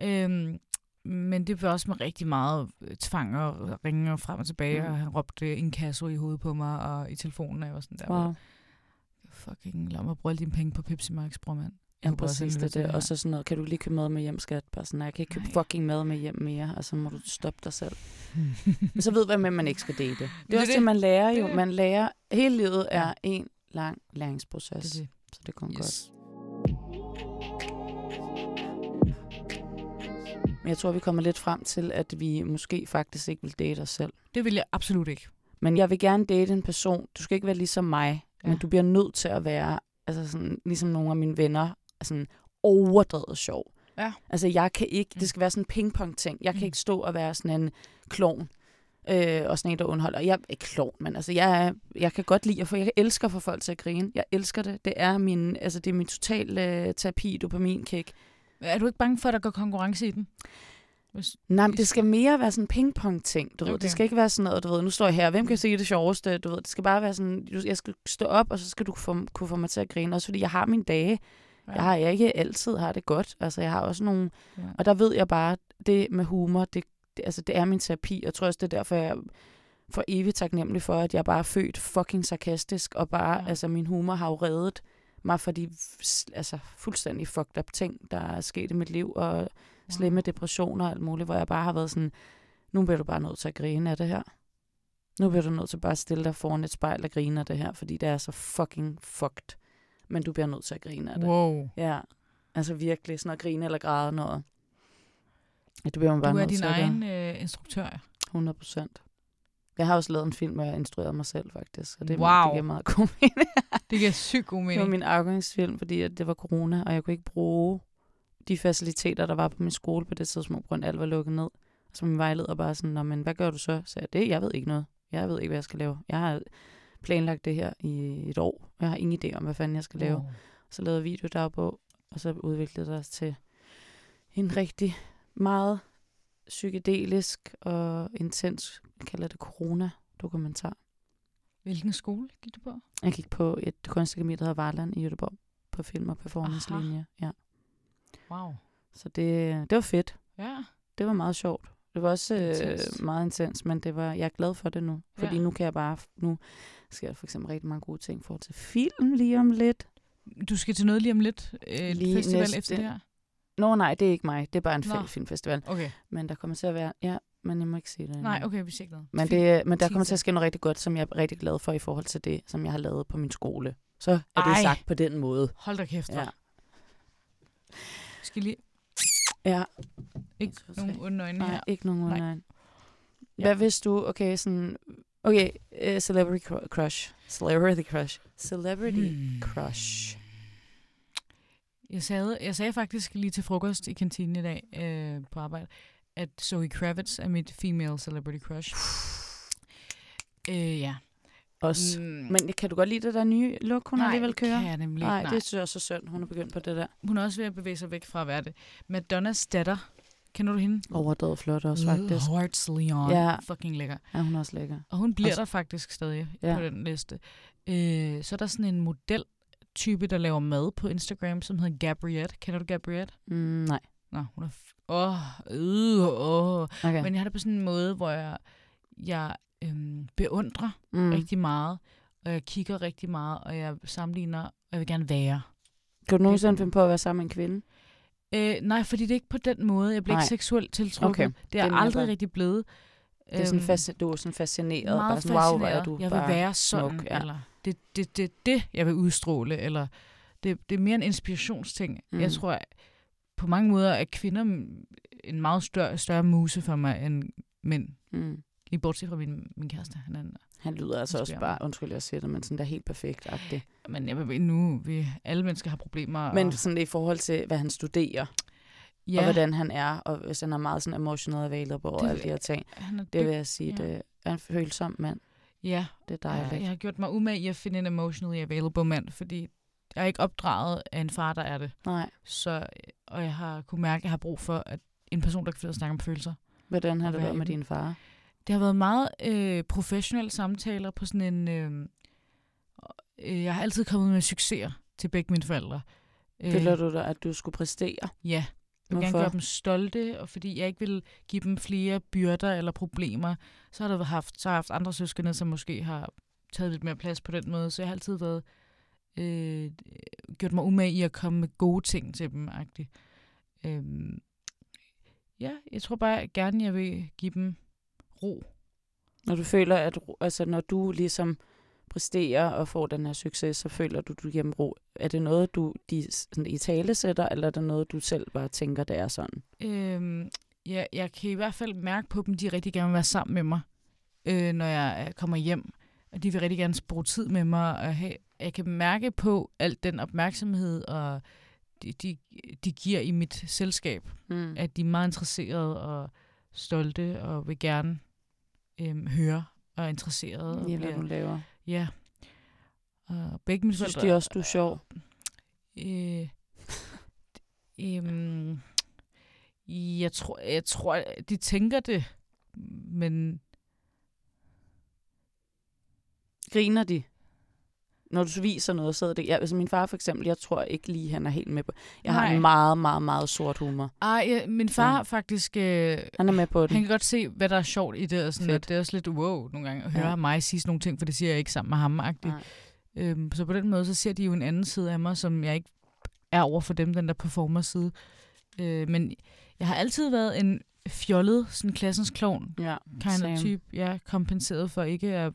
Øhm, men det var også med rigtig meget øh, tvang og ringer frem og tilbage,
Mm.
mm. og han råbte en kasse i hovedet på mig og i telefonen, og jeg var sådan der,
Wow.
wow. fucking lad mig bruge alle dine penge på Pepsi Max, bror mand.
Ja,
håber også,
præcis
han
det,
lytter
er
til
det. Og
her.
så sådan noget, kan du ikke lige købe mad med hjem, skat? Bare sådan, nej, jeg kan ikke købe
Nej.
fucking mad med hjem mere, og så må du stoppe dig selv. Men så ved hvad med, man ikke skal date. Det
det
er
er
også det,
det.
man lærer
Det er
jo.
det.
Man lærer, hele livet er
Ja.
en lang læringsproces.
Det er det.
Så det er kun yes. godt.
Yes.
Men jeg tror, vi kommer lidt frem til, at vi måske faktisk ikke vil date os selv.
Det vil jeg absolut ikke.
Men jeg vil gerne date en person. Du skal ikke være ligesom mig, ja. men
Ja.
du bliver nødt til at være altså sådan, ligesom nogle af mine venner. Altså overdrevet sjov.
Ja.
Altså jeg kan ikke,
Mm.
det skal være sådan en pingpong ting. Jeg kan
Mm.
ikke stå og være sådan en klovn. Øh, og sådan en, der underholder. Jeg er ikke klovn, men altså, jeg, er, jeg kan godt lide at få, jeg elsker at få folk til at grine. Jeg elsker det. Det er min, altså, det er min totale øh, terapi, dopaminkick.
Er du ikke bange for, at der går konkurrence i den? Hvis-
Nej, men det skal mere være sådan en pingpong-ting, du ved.
Okay.
Det skal ikke være sådan noget, du ved, nu står jeg her, hvem kan sige det sjoveste, du ved. Det skal bare være sådan, du- jeg skal stå op, og så skal du få, kunne få mig til at grine. Også fordi jeg har mine dage. Ja.
Ja.
Jeg har jeg ikke altid har det godt. Altså, jeg har også nogle...
Ja.
Ja. Og der ved jeg bare, det med humor, det, det, altså, det er min terapi. Jeg tror også, det er derfor, jeg er for evigt taknemmelig for, at jeg bare er født fucking sarkastisk, og bare,
Ja.
ja. altså, min humor har jo reddet mig for de f- altså, fuldstændig fucked up ting, der er sket i mit liv, og slemme depressioner og alt muligt, hvor jeg bare har været sådan, nu bliver du bare nødt til at grine af det her. Nu bliver du nødt til bare at stille dig foran et spejl og grine af det her, fordi det er så fucking fucked. Men du bliver nødt til at grine af det.
Wow.
Ja, altså virkelig sådan at grine eller græde noget. Ja, det bliver man bare
Du er
nødt
din
til at gøre.
egen øh, instruktør.
100 procent. Jeg har også lavet en film, hvor jeg instruerede mig selv faktisk, og det,
Wow.
det giver meget god mening.
Det giver sygt god
Det var
mening.
min afgangsfilm, fordi at det var corona, og jeg kunne ikke bruge de faciliteter, der var på min skole på det tidspunkt, på grund af alt var lukket ned. Så min vejleder bare sådan, Nå, men hvad gør du så? Så jeg, det, jeg ved ikke noget. Jeg ved ikke, hvad jeg skal lave. Jeg har planlagt det her i et år. Jeg har ingen idé om, hvad fanden jeg skal lave.
Wow.
Så lavede jeg videodagbog, og så udviklede det sig til en rigtig meget psykedelisk og intens, jeg kalder det corona-dokumentar.
Hvilken skole gik du på?
Jeg gik på et kunstakademi, der hedder Varland i Göteborg, på film- og performancelinje. Ja.
Wow.
Så det, det var fedt.
Ja.
Det var meget sjovt. Det var også
Intenst.
øh, meget intens, men det var, jeg er glad for det nu. Fordi
Ja.
ja. nu kan jeg bare, nu sker der for eksempel rigtig mange gode ting for til film lige om lidt.
Du skal til noget lige om lidt. Øh, lige
Lige
festival næste.
næste-
efter det her.
Nå nej, det er ikke mig. Det er bare en
Nå.
fed filmfestival.
Okay.
Men der kommer til at være, ja, men jeg må ikke sige det.
Nej,
endnu.
okay, vi siger ikke noget.
Men, det, men der kommer til
teaser.
at ske noget rigtig godt, som jeg er rigtig glad for i forhold til det, som jeg har lavet på min skole. Så er det
Ej.
sagt på den måde.
Hold da kæft, ja.
Ja.
Skal lige
ja.
ikke
Jeg tror,
nogen
tre.
onde øjne her.
Nej, ikke nogen
Nej.
online.
Ja.
Hvad hvis du, okay, sådan, okay, uh, celebrity cru- crush, celebrity crush, celebrity
Hmm.
crush.
Jeg sagde, jeg sagde faktisk lige til frokost i kantinen i dag øh, på arbejde, at Zoe Kravitz er mit female celebrity crush. Øh, ja.
Også.
Mm,
Men kan du godt lide det der nye look, hun
nej,
alligevel kører?
Kan jeg nemlig
Nej,
ikke.
det synes jeg også er synd, hun er begyndt på det der.
Hun er også ved at bevæge sig væk fra at være det. Madonnas datter. Kender du hende?
Overdrevet flot også, faktisk.
Hearts Leon.
Ja.
Fucking lækker.
Ja, hun er også lækker.
Og hun bliver
Og s-
der faktisk stadig ja.
Ja.
på den liste. Øh, så er der sådan en modeltype, der laver mad på Instagram, som hedder Gabrielle. Kender du Gabrielle?
Mm, nej,
Nå, hun er... f- Åh, øh, åh.
okay.
Men jeg har det på sådan en måde, hvor jeg, jeg øhm, beundrer mm.
Mm.
rigtig meget, og jeg kigger rigtig meget, og jeg sammenligner, og jeg vil gerne være.
Kan du nogensinde finde på at være sammen med en kvinde?
Øh, nej, fordi det er ikke på den måde. Jeg bliver
Nej.
ikke seksuelt tiltrukket.
Okay.
Det er jeg
Det er
aldrig
mere-
rigtig blevet.
Det er sådan fasci- du er sådan fascineret.
Øhm, meget
bare sådan, wow, hvor er
fascineret.
du
Jeg
bare...
vil være sådan,
smuk, ja.
eller det er det, det, det, jeg vil udstråle, eller det, det er mere en inspirationsting. Mm.
Mm.
Jeg tror, at på mange måder er kvinder en meget større, større muse for mig end mænd.
Mm.
Lige bortset fra min, min kæreste. Han er, en-
Han lyder altså også
Inspirerende.
bare, undskyld, jeg siger det, men sådan der helt perfekt-agtig.
men jeg ved nu, vi, alle mennesker har problemer.
Men
og,
sådan i forhold til, hvad han studerer, ja. og hvordan han er, og hvis han er meget sådan emotional available
Det-
og alle de her ting.
han er
Det vil
dyb-
jeg sige,
ja.
ja. det er en følsom mand.
ja,
Det er
jeg,
dejligt.
jeg
Ja,
har gjort mig umage i at finde en emotionally available mand, fordi jeg er ikke opdraget af en far, der er det.
Nej,
Så, og jeg har kunne mærke, at jeg har brug for at en person, der kan finde ud af at snakke om følelser.
hvordan har
Og
det
være
været med
i den.
din far?
Det har været meget øh, professionelle samtaler på sådan en... Øh, øh, jeg har altid kommet med succeser til begge mine forældre. Øh,
Føler du dig, at du skulle præstere?
Ja. Jeg vil gerne
Hvorfor?
gøre dem stolte, og fordi jeg ikke vil give dem flere byrder eller problemer, så har, der haft, så har jeg haft andre søskende, som måske har taget lidt mere plads på den måde, så jeg har altid været, øh, gjort mig umage i at komme med gode ting til dem. -agtigt. Øhm, ja, jeg tror bare at gerne, jeg vil give dem ro.
Når du føler, at ro- altså, når du ligesom præsterer og får den her succes, så føler du, du giver dem ro. Er det noget, du de, sådan, i tale sætter, eller er det noget, du selv bare tænker, det er sådan?
Øhm, ja, jeg kan i hvert fald mærke på dem, de rigtig gerne vil være sammen med mig, øh, når jeg øh, kommer hjem. Og de vil rigtig gerne bruge tid med mig. Og have, jeg kan mærke på alt den opmærksomhed, og de, de, de giver i mit selskab,
Mm.
at de er meget interesserede og stolte og vil gerne øhm, hører og er interesseret. Og
i, hvad
bliver,
hun laver.
ja. Og begge mine
Synes
forældre...
de også, du er sjov?
Øh, øhm, jeg, tror, jeg tror, de tænker det, men
Griner de? Når du viser noget, så er det... Ja, altså min far for eksempel, jeg tror ikke lige, han er helt med på... Jeg har
Nej.
en meget, meget, meget sort humor.
ej, ja, min far ja. faktisk, øh,
Han er med på den.
han kan godt se, hvad der er sjovt i det, og sådan,
Fedt.
at det er også lidt wow nogle gange at
Ja.
høre ja. mig sige sådan nogle ting, for det siger jeg ikke sammen med ham -agtigt.
Nej.
Øhm, så på den måde, så ser de jo en anden side af mig, som jeg ikke er over for dem, den der performer side. Øh, men jeg har altid været en fjollet, sådan klassens klovn,
Ja,
kind
Same.
of type, jeg er kompenseret for ikke at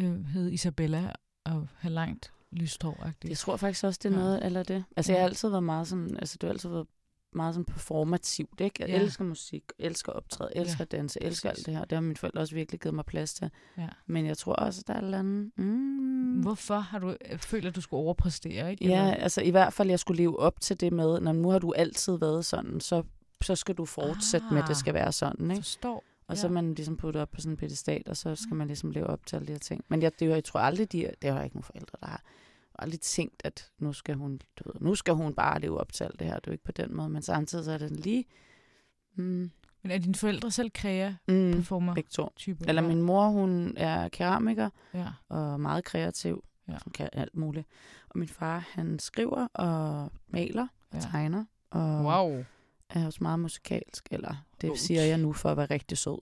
øh, hedde Isabella og have langt lyst hår
jeg tror faktisk også, det er
Ja.
noget eller det. Altså, jeg
Ja.
har altid været meget sådan... Altså, det har altid været meget sådan performativt, ikke? Jeg
Ja.
elsker musik, elsker at optræde, elsker
Ja,
at danse, elsker
præcis.
alt det her. Det har mine forældre også virkelig givet mig plads til.
Ja.
Men jeg tror også, der er et eller andet... Mm,
Hvorfor har du øh, følt, at du skulle overpræstere? Ikke?
Ja,
Eller-
altså i hvert fald, jeg skulle leve op til det med, når nu har du altid været sådan, så, så skal du fortsætte ah. med, at det
Ah.
skal være sådan, ikke?
forstår.
Og så er
ja.
man ligesom puttet op på sådan en pedestal, og så skal man ligesom leve op til alle de her ting. Men jeg, det, er jo- jeg tror aldrig, de, det har jeg ikke nogen forældre, der har Jeg har aldrig tænkt, at nu skal hun, du ved, nu skal hun bare leve op til alt det her. Det er jo ikke på den måde, men samtidig så er det sådan lige... Mm,
Men er dine forældre selv kræer
mm,
performer
begge to.
type?
Eller min mor, hun er keramiker,
Ja.
og meget kreativ.
Ja.
Ja. Som kan alt muligt. Og min far, han skriver og maler og
Ja.
ja. tegner. Og
Wow.
er også meget musikalsk, eller det
Ups.
siger jeg nu for at være rigtig sød.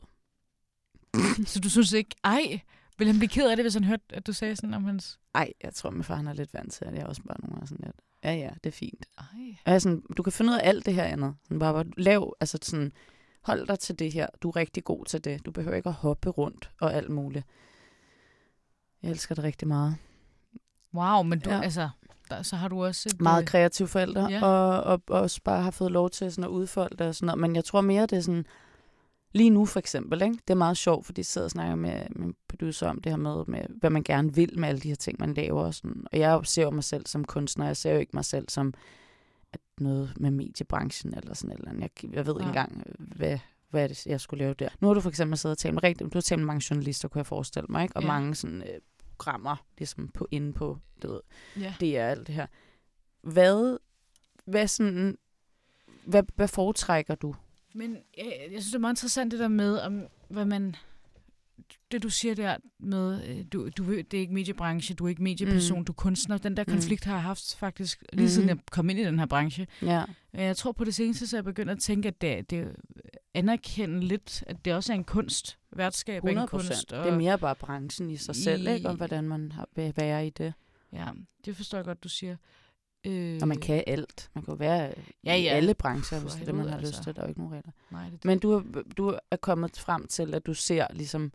Så du synes ikke, ej, vil han blive ked af det, hvis han hørte, at du sagde sådan om hans...
Ej, jeg tror, min far han er lidt vant til, at jeg også bare nogle gange er sådan lidt. Ja, ja, det er fint.
Ej.
Og jeg er sådan, du kan finde ud af alt det her andet. Sådan bare, bare lav, altså sådan, hold dig til det her. Du er rigtig god til det. Du behøver ikke at hoppe rundt og alt muligt. Jeg elsker det rigtig meget.
Wow, men du, ja.
Ja.
altså, der, så har du også... Et,
meget
øh,
kreative forældre,
Ja.
ja. og, og, og også bare har fået lov til sådan at udfolde det og sådan noget. Men jeg tror mere, det er sådan, lige nu for eksempel, ikke? det er meget sjovt, fordi jeg sidder og snakker med min producer om det her med, med, hvad man gerne vil med alle de her ting, man laver. Og, sådan. og jeg ser jo mig selv som kunstner, jeg ser jo ikke mig selv som at noget med mediebranchen eller sådan et eller andet. Jeg, jeg ved ikke
Nej.
engang, hvad, hvad det, jeg skulle lave der. Nu har du for eksempel siddet og talt med, rigtig, du har talt med mange journalister, kunne jeg forestille mig, ikke? og
Ja.
ja. mange sådan, øh, programmer ligesom på, inde på du ved,
Ja.
det er alt det her. Hvad, hvad, sådan, hvad, hvad foretrækker du?
Men jeg, jeg synes, det er meget interessant det der med, om, hvad man... Det, du siger der med, øh, du, du ved, det er ikke mediebranche, du er ikke medieperson, mm.
Mm.
du er kunstner. Den der
Mm.
konflikt har jeg haft faktisk, lige siden
Mhm.
jeg kom ind i den her branche.
Ja.
Men Jeg tror på det seneste, så er jeg begyndt at tænke, at det, det anerkender lidt, at det også er en kunst. Værtskab er en
100
kunst.
procent. Det er mere bare branchen i sig selv, ikke? Om hvordan man har, vil være i det.
Ja, det forstår jeg godt, du siger. Øh,
Og man kan alt. Man kan jo være
Ja,
ja, ja.
ja.
i alle brancher,
For
hvis det er det,
helvede,
man har
altså.
lyst til. Der er jo ikke nogen regler.
Nej, det,
Men du, er- du er kommet frem til, at du ser ligesom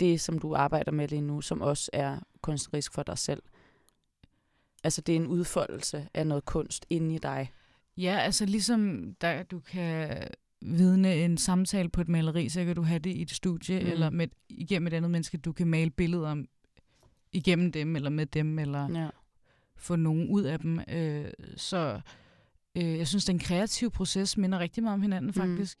det, som du arbejder med lige nu, som også er kunstnerisk for dig selv. Altså, det er en udfoldelse af noget kunst inde i dig.
Ja, altså ligesom der, du kan vidne en samtale på et maleri, så kan du have det i et studie, mm.
Mm.
eller med, igennem et andet menneske, du kan male billeder igennem dem, eller med dem, eller
Ja.
få nogen ud af dem. Øh, så øh, jeg synes, den kreative proces minder rigtig meget om hinanden,
Mm.
faktisk.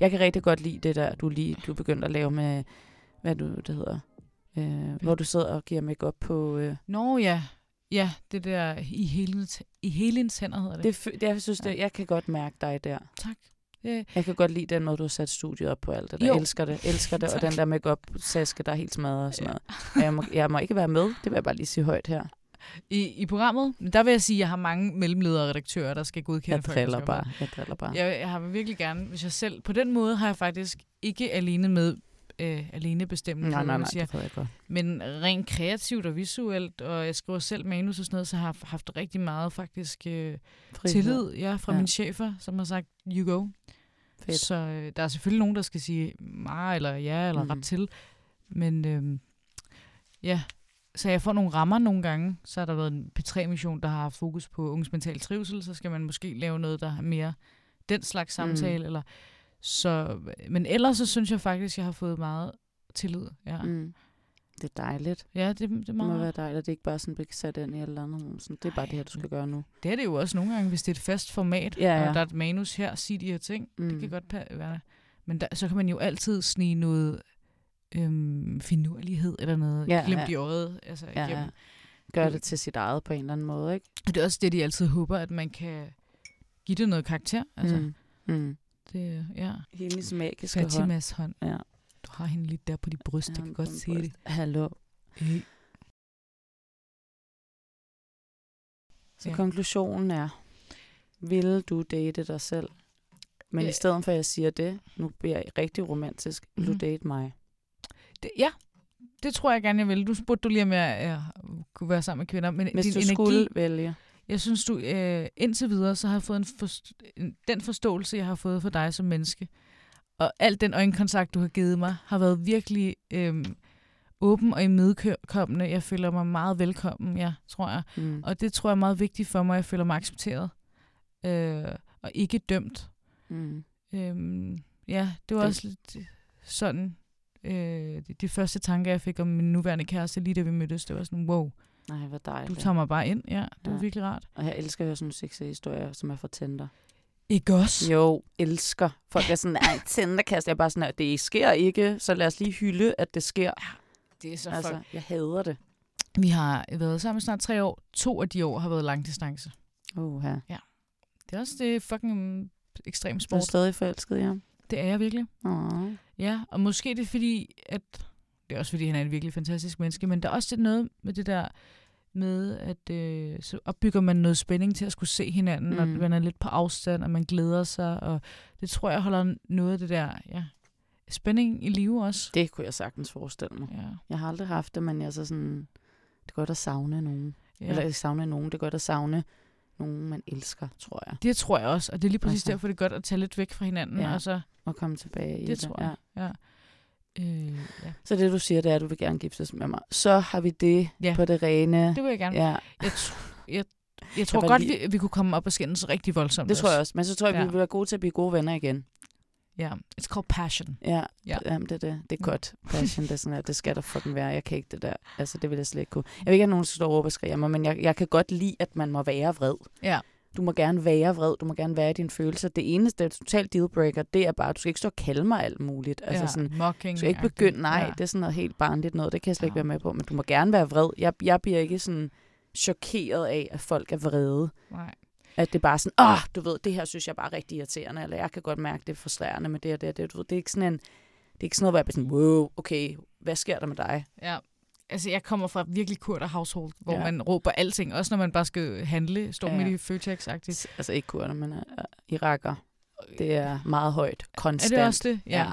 Jeg kan rigtig godt lide det der, du lige du begyndte at lave med, hvad du, det hedder, øh, hvor du sidder og giver make op på... Øh,
Nå ja, ja det der i hele, i hele hænder hedder det.
det, fø- det, jeg synes, det, jeg kan godt mærke dig der.
Tak. Øh,
Jeg kan godt lide den måde, du har sat studiet op på alt det der.
Jo.
Jo. Elsker det, elsker det, og
Tak.
den der make up saske der er helt smadret og sådan noget. Og Jeg må, jeg må ikke være med, det vil jeg bare lige sige højt her.
i, I programmet, Men der vil jeg sige, at jeg har mange mellemledere og redaktører, der skal godkende
Jeg
folk, der skal
driller
være
bare, jeg driller bare.
Jeg, jeg har virkelig gerne, hvis jeg selv... På den måde har jeg faktisk ikke alene med øh, alene bestemt,
Nej, nej, nej,
Siger,
det ved jeg godt.
men rent kreativt og visuelt, og jeg skriver selv manus og sådan noget, så har jeg haft rigtig meget faktisk øh,
Frihed.
tillid ja, fra ja.
Ja.
mine chefer, som har sagt, you go.
Fedt.
Så øh, der er selvfølgelig nogen, der skal sige nej, eller ja, eller mm.
Mhm.
ret til. Men øh, ja, så jeg får nogle rammer nogle gange. Så har der været en P3-mission, der har haft fokus på unges mental trivsel. Så skal man måske lave noget, der er mere den slags samtale. Mm. Eller, så, men ellers så synes jeg faktisk, jeg har fået meget tillid. Ja. Mm.
Mm. Det er dejligt.
Ja, det, det er
Det må
meget
være dejligt, at det ikke bare sådan bliver sat ind i et eller andet. hvor man Sådan, det er bare
Ej,
det her, du skal
men-
gøre nu.
Det er det jo også nogle gange, hvis det er et fast format,
Ja, ja.
og der er et manus her, sig de her ting. Mm. Det
Mm.
kan godt pa- være. Men der, så kan man jo altid snige noget øhm, finurlighed eller noget
Ja,
ja, glimt
ja.
ja. i øjet. Altså,
Ja,
ja,
ja.
ja.
Gør
Mm.
det til sit eget på en eller anden måde, ikke?
Og det er også det, de altid håber, at man kan give det noget karakter. Altså, mm.
Mm. Mm.
det, ja.
Hendes magiske hånd.
Fatimas hånd.
Ja.
Du har hende lidt der på de bryst, ja,
Ja,
jeg kan
på
godt
en
se
bryst. Hallo.
det.
Så
Ja.
ja. konklusionen er, vil du date dig selv? Men ja.
Ja.
i stedet for, at jeg siger det, nu bliver jeg rigtig romantisk, vil
Mhm.
du date mig?
det. Ja, det tror jeg gerne, jeg vil. Du spurgte du lige, om jeg, jeg kunne være sammen med kvinder. Men
Hvis
din
du
energi,
skulle vælge.
Jeg synes, du øh, indtil videre, så har jeg fået en forst- en, den forståelse, jeg har fået for dig som menneske. Og al den øjenkontakt, du har givet mig, har været virkelig øh, åben og imødekommende. Jeg føler mig meget velkommen, ja, tror jeg.
Mm.
Og det tror jeg er meget vigtigt for mig. Jeg føler mig accepteret øh, og ikke dømt.
Mm.
Øh, ja, det var
Den-
også lidt sådan, øh, de, de første tanker, jeg fik om min nuværende kæreste, lige da vi mødtes, det var sådan, wow,
Nej, hvor
du
dejligt.
tager mig bare ind. Ja, det var
Ja.
virkelig rart.
Og jeg elsker at høre sådan nogle sexhistorier, som er fra Tinder.
Ikke også?
Jo, elsker. Folk er sådan, nej, Tinder-kast. Jeg er bare sådan, at det sker ikke, så lad os lige hylde, at det sker.
Det er så altså,
Altså, jeg hader det.
Vi har været sammen i snart tre år. To af de år har været langdistance.
Uha.
Det er også det fucking ekstrem
Du er
sport.
stadig forelsket, ja.
Det er jeg virkelig.
Åh.
Ja, og måske det er fordi, at... Det er også fordi, han er et virkelig fantastisk menneske, men der er også lidt noget med det der med, at øh, så opbygger man noget spænding til at skulle se hinanden, mm. og
Mm.
man er lidt på afstand, og man glæder sig, og det tror jeg holder noget af det der ja, spænding i live også.
Det kunne jeg sagtens forestille mig.
Ja,
Jeg har aldrig haft det, men jeg er så sådan, det er godt at savne nogen. Ja. Eller
ja.
ikke savne nogen, det er godt at savne nogen, man elsker, tror jeg.
Det tror jeg også, og det er lige præcis
Altså.
derfor, det er godt at tage lidt væk fra hinanden, ja.
Ja.
og så
Og komme tilbage i
Det
det.
tror
Ja.
jeg. Ja. Øh, ja.
Så det, du siger, det er, at du vil gerne giftes med mig. Så har vi det
Ja.
ja. på det rene.
Det vil jeg gerne. Ja.
Ja,
Jeg, tr- jeg, jeg tror
var
godt,
lige-
vi, vi kunne komme op og skændes rigtig voldsomt.
det tror jeg
også.
også. Men så tror jeg, ja.
Ja.
vi vil være gode til at blive gode venner igen.
Ja, it's called passion.
Ja,
Ja. Mm.
ja. Jamen, det er det. Det er godt. Passion, det, er sådan, at det skal der fucking være. Jeg kan ikke det der. Altså, det vil jeg slet ikke kunne. Jeg vil ikke have nogen, der står og råber og skriger mig, men jeg, jeg kan godt lide, at man må være vred.
Ja.
Du må gerne være vred. Du må gerne være i dine følelser. Det eneste, der er totalt dealbreaker, det er bare, at du skal ikke stå og kalde mig alt muligt. Altså,
ja.
ja. sådan,
mocking.
du skal ikke begynde, nej, ja. det er sådan noget helt barnligt noget, det kan jeg slet ikke
Ja.
være med på, men du må gerne være vred. Jeg, jeg bliver ikke sådan chokeret af, at folk er vrede.
Nej.
At det bare er sådan, åh, du ved, det her synes jeg bare er rigtig irriterende, eller jeg kan godt mærke, det er frustrerende med det og det og det. Du ved, det er ikke sådan en, det er ikke sådan noget, hvor jeg bliver sådan, wow, okay, hvad sker der med dig?
Ja. Altså, jeg kommer fra virkelig kurder household, hvor ja.
Ja.
man råber alting. Også når man bare skal handle, står ja.
Ja.
midt i Føtex-agtigt.
Altså ikke kurder, men uh, iraker. Det er meget højt, konstant.
Øh, Er det også det? Ja.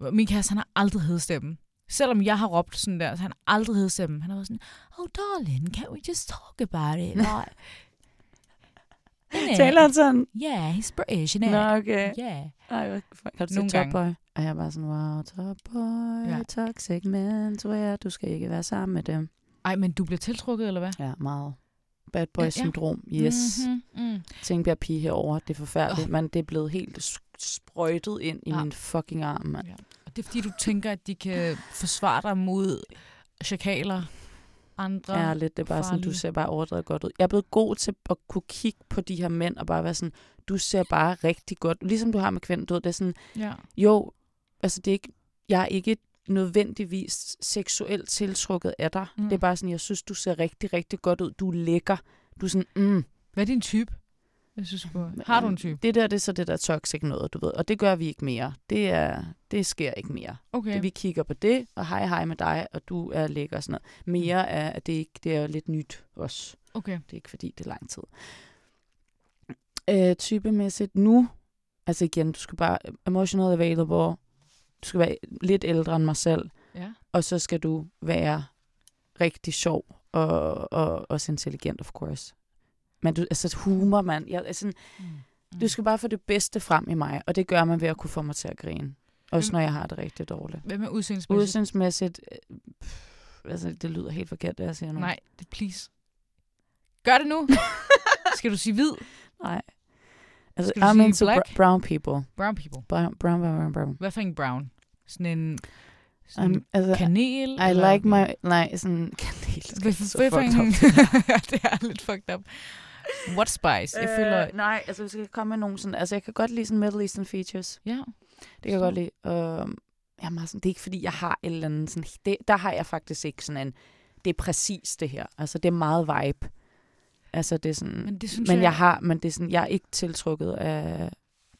ja. Min kæreste, han har aldrig hedstemmen. Selvom jeg har råbt sådan der, så han har aldrig hedstemmen. Han har været sådan, oh darling, can we just talk about it? Nej.
ja. Taler han sådan?
Yeah, he's British, isn't it?
Nå, okay.
Yeah.
Ej, hvor fuck, har du
Nogle
set Top
gange.
Boy? Og jeg er bare sådan, wow, Top Boy,
Ja.
ja. toxic man, tror jeg, du skal ikke være sammen med dem.
Ej, men du bliver tiltrukket, eller hvad?
Ja, meget. Bad
Ja, ja.
boy-syndrom, yes. Mm-hmm.
Mm-hmm. Mm.
Tænk bliver pige herovre, det er forfærdeligt, oh. men det er blevet helt s- sprøjtet ind i
Ja.
min fucking arm, mand.
Og det er, fordi du tænker, at de kan forsvare dig mod chakaler, andre. Ja,
Ærligt, det er bare sådan, du
farlige.
ser bare overdrevet godt ud. Jeg er blevet god til at kunne kigge på de her mænd og bare være sådan, du ser bare rigtig godt. Ligesom du har med kvinden, du ved, det er sådan,
ja.
jo, altså det er ikke, jeg er ikke nødvendigvis seksuelt tiltrukket af dig.
Mm.
Mm. Det er bare sådan, jeg synes, du ser rigtig, rigtig godt ud. Du er lækker. Du er sådan, mm,
Hvad er din type? Jeg synes, på. Har du en type?
Det der, det er så det der toxic noget, du ved. Og det gør vi ikke mere. Det, er, det sker ikke mere.
Okay.
Det, vi kigger på det, og hej hej med dig, og du er lækker og sådan noget. Mere er, at det, ikke, det er jo lidt nyt også.
okay.
Det er ikke fordi, det er lang tid. Øh, typemæssigt nu, altså igen, du skal bare emotional available, du skal være lidt ældre end mig selv,
Ja.
og så skal du være rigtig sjov og, og også intelligent, of course. Men du, altså humor, mand. Jeg, altså,
Mm.
du skal bare få det bedste frem i mig, og det gør man ved at kunne få mig til at grine. Også
Hvem-
når jeg har det rigtig dårligt.
Hvad med udseendsmæssigt?
Udsynsmæssigt, øh, pff, altså det lyder helt forkert, det jeg siger nu.
Nej, det please. Gør det nu. Skal du sige hvid?
Nej. Altså,
Skal du
I'm
sige
into
black?
br- brown people.
Brown people.
Brown, brown, brown, brown, brown.
Hvad for en brown? Sådan en Sådan
Um, altså,
kanel.
I
eller-
like my... Nej, sådan kanel. det
Hvis
er så
det,
fucked up.
det er lidt fucked up. What spice? Jeg føler...
Øh, nej, altså hvis jeg kan komme med nogen sådan... Altså jeg kan godt lide sådan Middle Eastern features.
Ja.
Det kan jeg godt lide. Uh, jeg er meget sådan, det er ikke fordi, jeg har et eller andet sådan... Det, der har jeg faktisk ikke sådan en... Det er præcis det her. Altså det er meget vibe. Altså det er sådan... Men,
Men det synes
men
jeg,
jeg har... Men det er sådan, jeg er ikke tiltrukket af,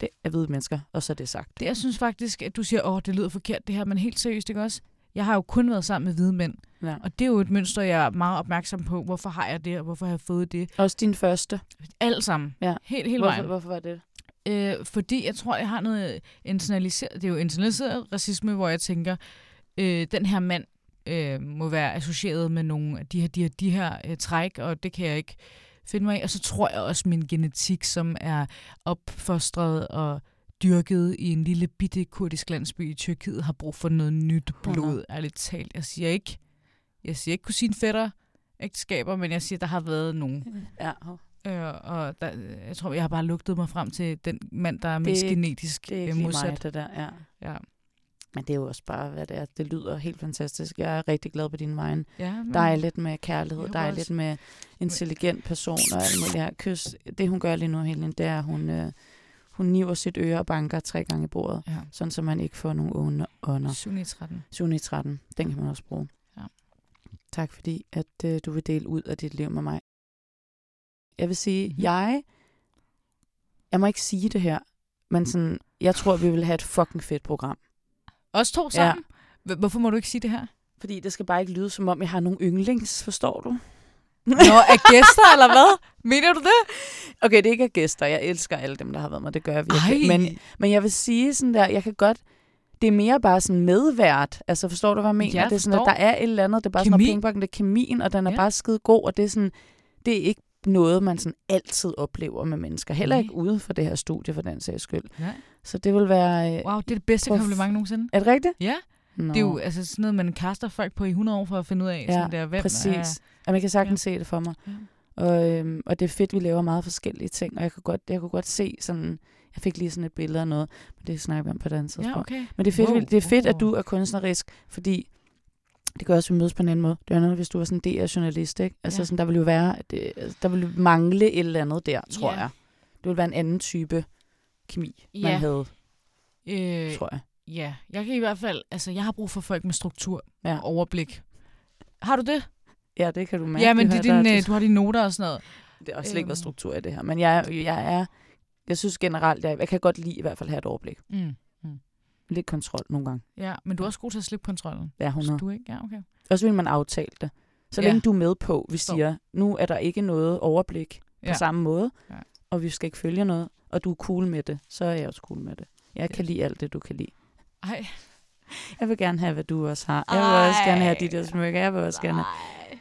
det, af hvide mennesker. Og så er det sagt.
Det, jeg synes faktisk, at du siger, åh, det lyder forkert det her, men helt seriøst, ikke også? Jeg har jo kun været sammen med hvide mænd,
Ja.
og det er jo et mønster, jeg er meget opmærksom på. Hvorfor har jeg det, og hvorfor har jeg fået det?
Også din første.
Alt sammen.
Ja.
Helt, helt
Hvorfor,
vejen.
hvorfor var det?
Øh, fordi jeg tror, jeg har noget internaliseret, det er jo internaliseret racisme, hvor jeg tænker, øh, den her mand øh, må være associeret med nogle af de her, de her, de her øh, træk, og det kan jeg ikke finde mig i. Og så tror jeg også, min genetik, som er opfostret og dyrket i en lille bitte kurdisk landsby i Tyrkiet, har brug for noget nyt blod, ærligt talt. Jeg siger ikke, jeg siger ikke kusinfætter, ægteskaber, men jeg siger, der har været nogle
Ja,
Øh, og der, jeg tror, jeg har bare lugtet mig frem til den mand, der er mest
Det-
genetisk
det er ikke
øh,
lige
modsat.
mig, det der. Ja.
Ja.
Men det er jo også bare, hvad det er. Det lyder helt fantastisk. Jeg er rigtig glad på din vejen.
Ja, men,
Der er lidt med
Jeg
kærlighed,
håber
der er
også-
lidt med intelligent person og alt muligt her. Kys, det hun gør lige nu, Helen, det er, at hun, øh, hun niver sit øre og banker tre gange i bordet,
Ja.
sådan så man ikke får nogen onde ånder.
7 i 13.
7 i 13, den kan man også bruge.
Ja.
Tak fordi, at øh, du vil dele ud af dit liv med mig. Jeg vil sige,
Mhm.
mm-hmm. jeg, jeg må ikke sige det her,
Mm.
men sådan, jeg tror, vi vil have et fucking fedt program.
Os to sammen? Ja. Hvorfor må du ikke sige det her?
Fordi det skal bare ikke lyde, som om jeg har nogle yndlings, forstår du?
Nå, er gæster eller hvad? Mener du det?
Okay, det ikke er gæster. Jeg elsker alle dem, der har været med. Det gør jeg virkelig.
Ej.
Men, men jeg vil sige sådan der, jeg kan godt... Det er mere bare sådan medvært. Altså, forstår du, hvad jeg mener?
Ja,
det er sådan, at
forstår.
der er et eller andet. Det er bare
Kemi.
sådan, at pingpongen, det er kemien, og den er
Ja.
ja. bare skide god. Og det er sådan, det er ikke noget, man sådan altid oplever med mennesker. Heller
Nej.
ikke ude for det her studie, for den sags skyld.
Ja.
Så det vil være... Øh,
Wow, det er det bedste
Prøv at-
kompliment nogensinde.
Er det rigtigt?
Ja,
No.
det er jo altså, sådan noget, man kaster folk på i 100 år for at finde ud af,
Ja,
sådan der, hvem
Præcis.
er...
Og man kan sagtens ja. se det for mig.
Ja.
Ja. Og, øhm, og det er fedt, vi laver meget forskellige ting, og jeg kunne godt, jeg kunne godt se sådan, jeg fik lige sådan et billede af noget, men det snakker vi om på et andet tidspunkt.
Ja,
Ja,
okay.
Men det er fedt,
Wow,
wow. det er fedt at
wow.
du er kunstnerisk, fordi det gør også, at vi mødes på en anden måde. Det er noget, hvis du var sådan en DR-journalist, ikke? Altså
Ja.
ja. sådan, der ville jo være, det, altså, der ville mangle et eller andet der, tror
Ja.
jeg. Det ville være en anden type kemi, man
Ja.
havde,
Øh,
tror jeg.
ja, jeg kan i hvert fald... Altså, jeg har brug for folk med struktur
Ja.
og overblik. Har du det?
Ja, det kan du mærke.
ja, men
Du
det er
hører, der
din,
er
øh, du har dine noter og sådan noget.
Det har slet ikke været
Øhm.
struktur i det her. Men jeg, jeg er... Jeg synes generelt, jeg, jeg kan godt lide i hvert fald at have et overblik.
Mm.
Lidt kontrol nogle gange.
Ja, men du er også god til at slippe kontrollen.
Ja, 100.
Så du er ikke? Ja, okay.
Også vil man aftale det. Så
Ja.
længe du er med på, vi
Forstår.
siger, nu er der ikke noget overblik på
Ja.
samme måde,
Ja.
og vi skal ikke følge noget, og du er cool med det, så er jeg også cool med det. Jeg kan lide alt det, du kan lide.
Ej.
Jeg vil gerne have, hvad du også har. Jeg vil også gerne have de der smykker. Jeg vil også gerne have.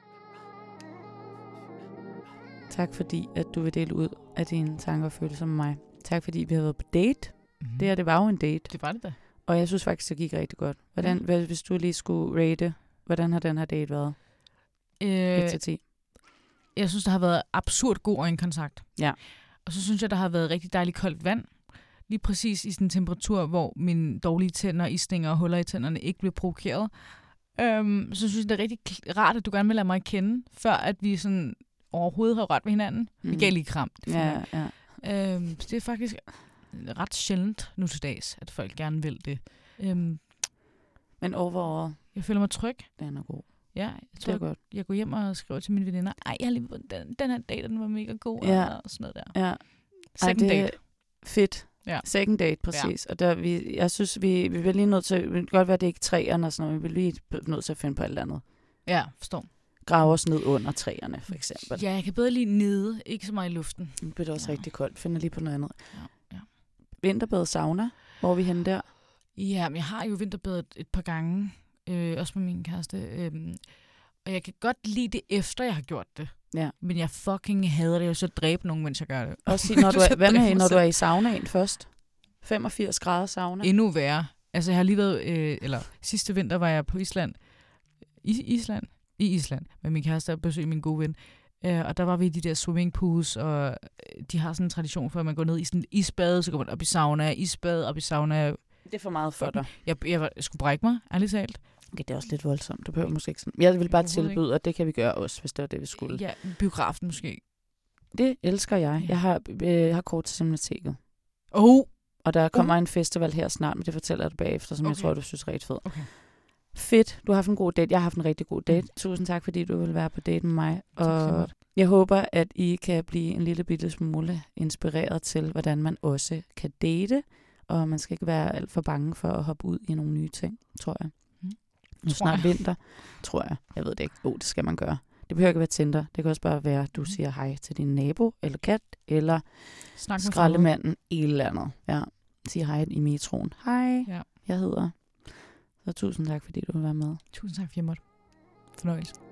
Tak fordi, at du vil dele ud af dine tanker og følelser med mig. Tak fordi, vi har været på date. Det her, det var jo en date.
Mm. det var det da.
Og jeg synes faktisk, det gik rigtig godt. Hvordan,
Ja.
hvad- Hvis du lige skulle rate, hvordan har den her date været?
Øh,
1-10.
jeg synes, der har været absurd god øjenkontakt.
Ja.
Og så synes jeg, der har været rigtig dejligt koldt vand. Lige præcis i sådan en temperatur, hvor mine dårlige tænder, isninger og huller i tænderne ikke blev provokeret. Øhm, så synes jeg, det er rigtig kl- rart, at du gerne vil lade mig kende, før at vi sådan overhovedet har rørt ved hinanden. Mm. Vi gav lige kram. Det er fint
Ja, ja.
Øhm, så det er faktisk ret sjældent nu til dags, at folk gerne vil det. Øhm,
Men overall,
jeg føler mig tryg.
den er god.
Ja, jeg tror,
Det er
jeg,
godt.
jeg går hjem og skriver til mine veninder, ej, jeg har lige været- den, den her date, den var mega god,
Ja.
og sådan noget der.
Ja,
Second
det-
date.
fedt.
Ja.
Second date, præcis. Ja. Og der, vi, jeg synes, vi, vi bliver lige nødt til, det kan godt være, det er ikke træerne og sådan noget, men vi bliver lige nødt til at finde på et eller andet.
Ja, forstår.
Grave os ned under træerne, for eksempel. Ja.
Ja, jeg kan bedre lige nede, ikke så meget i luften.
Nu bliver det også
Ja.
ja. rigtig koldt. Finder lige på noget andet.
Ja, ja.
Vinterbad sauna. Hvor er vi henne der?
Ja, men jeg har jo vinterbadet et par gange, øh, også med min kæreste. Øh, og jeg kan godt lide det, efter jeg har gjort det.
Ja.
Men jeg fucking hader det, jeg vil så dræbe nogen, mens jeg gør det.
Også sige, når du er, hvad med,
Dræber
når du
selv.
er i saunaen først? 85 grader sauna.
endnu værre. Altså, jeg har lige været, øh, eller sidste vinter var jeg på Island, i Island, i Island, med min kæreste og besøgte min gode ven. Øh, og der var vi i de der swimmingpools, og øh, de har sådan en tradition for, at man går ned i sådan et isbad, så går man op i sauna, isbad, op i sauna.
Det er for meget for dig.
Jeg, jeg, var- jeg skulle brække mig, ærligt talt.
Okay, det er også lidt voldsomt. Du behøver måske ikke sådan. Jeg vil bare
Overhovedet
tilbyde, og det kan vi gøre også, hvis det var det, vi skulle.
Ja, biografen måske.
Det elsker jeg.
Ja.
Jeg har, øh, jeg har kort til Cinemateket.
Oh,
Og der kommer en festival her snart, men det fortæller jeg dig bagefter, som Uh-huh. okay. jeg
Okay.
tror, du synes er rigtig fed.
Okay.
Fedt. Du har haft en god date. Jeg har haft en rigtig god date.
Mm.
Tusind tak, fordi du vil være på date med mig.
tak
Og jeg håber, at I kan blive en lille bitte smule inspireret til, hvordan man også kan date. Og man skal ikke være alt for bange for at hoppe ud i nogle nye ting, tror jeg.
Mm.
Nu er det
Tror
snart
jeg.
vinter, tror jeg. Jeg ved det ikke. Jo, det skal man gøre. Det behøver ikke være Tinder. Det kan også bare være, at du
Mm.
siger hej til din nabo, eller kat, eller
Snak med fremmede.
skraldemanden i landet. Ja. Sige hej i metroen. Hej,
Ja.
jeg hedder. Så tusind tak, fordi du vil være med.
Tusind tak, fordi jeg måtte. Fornøjelse.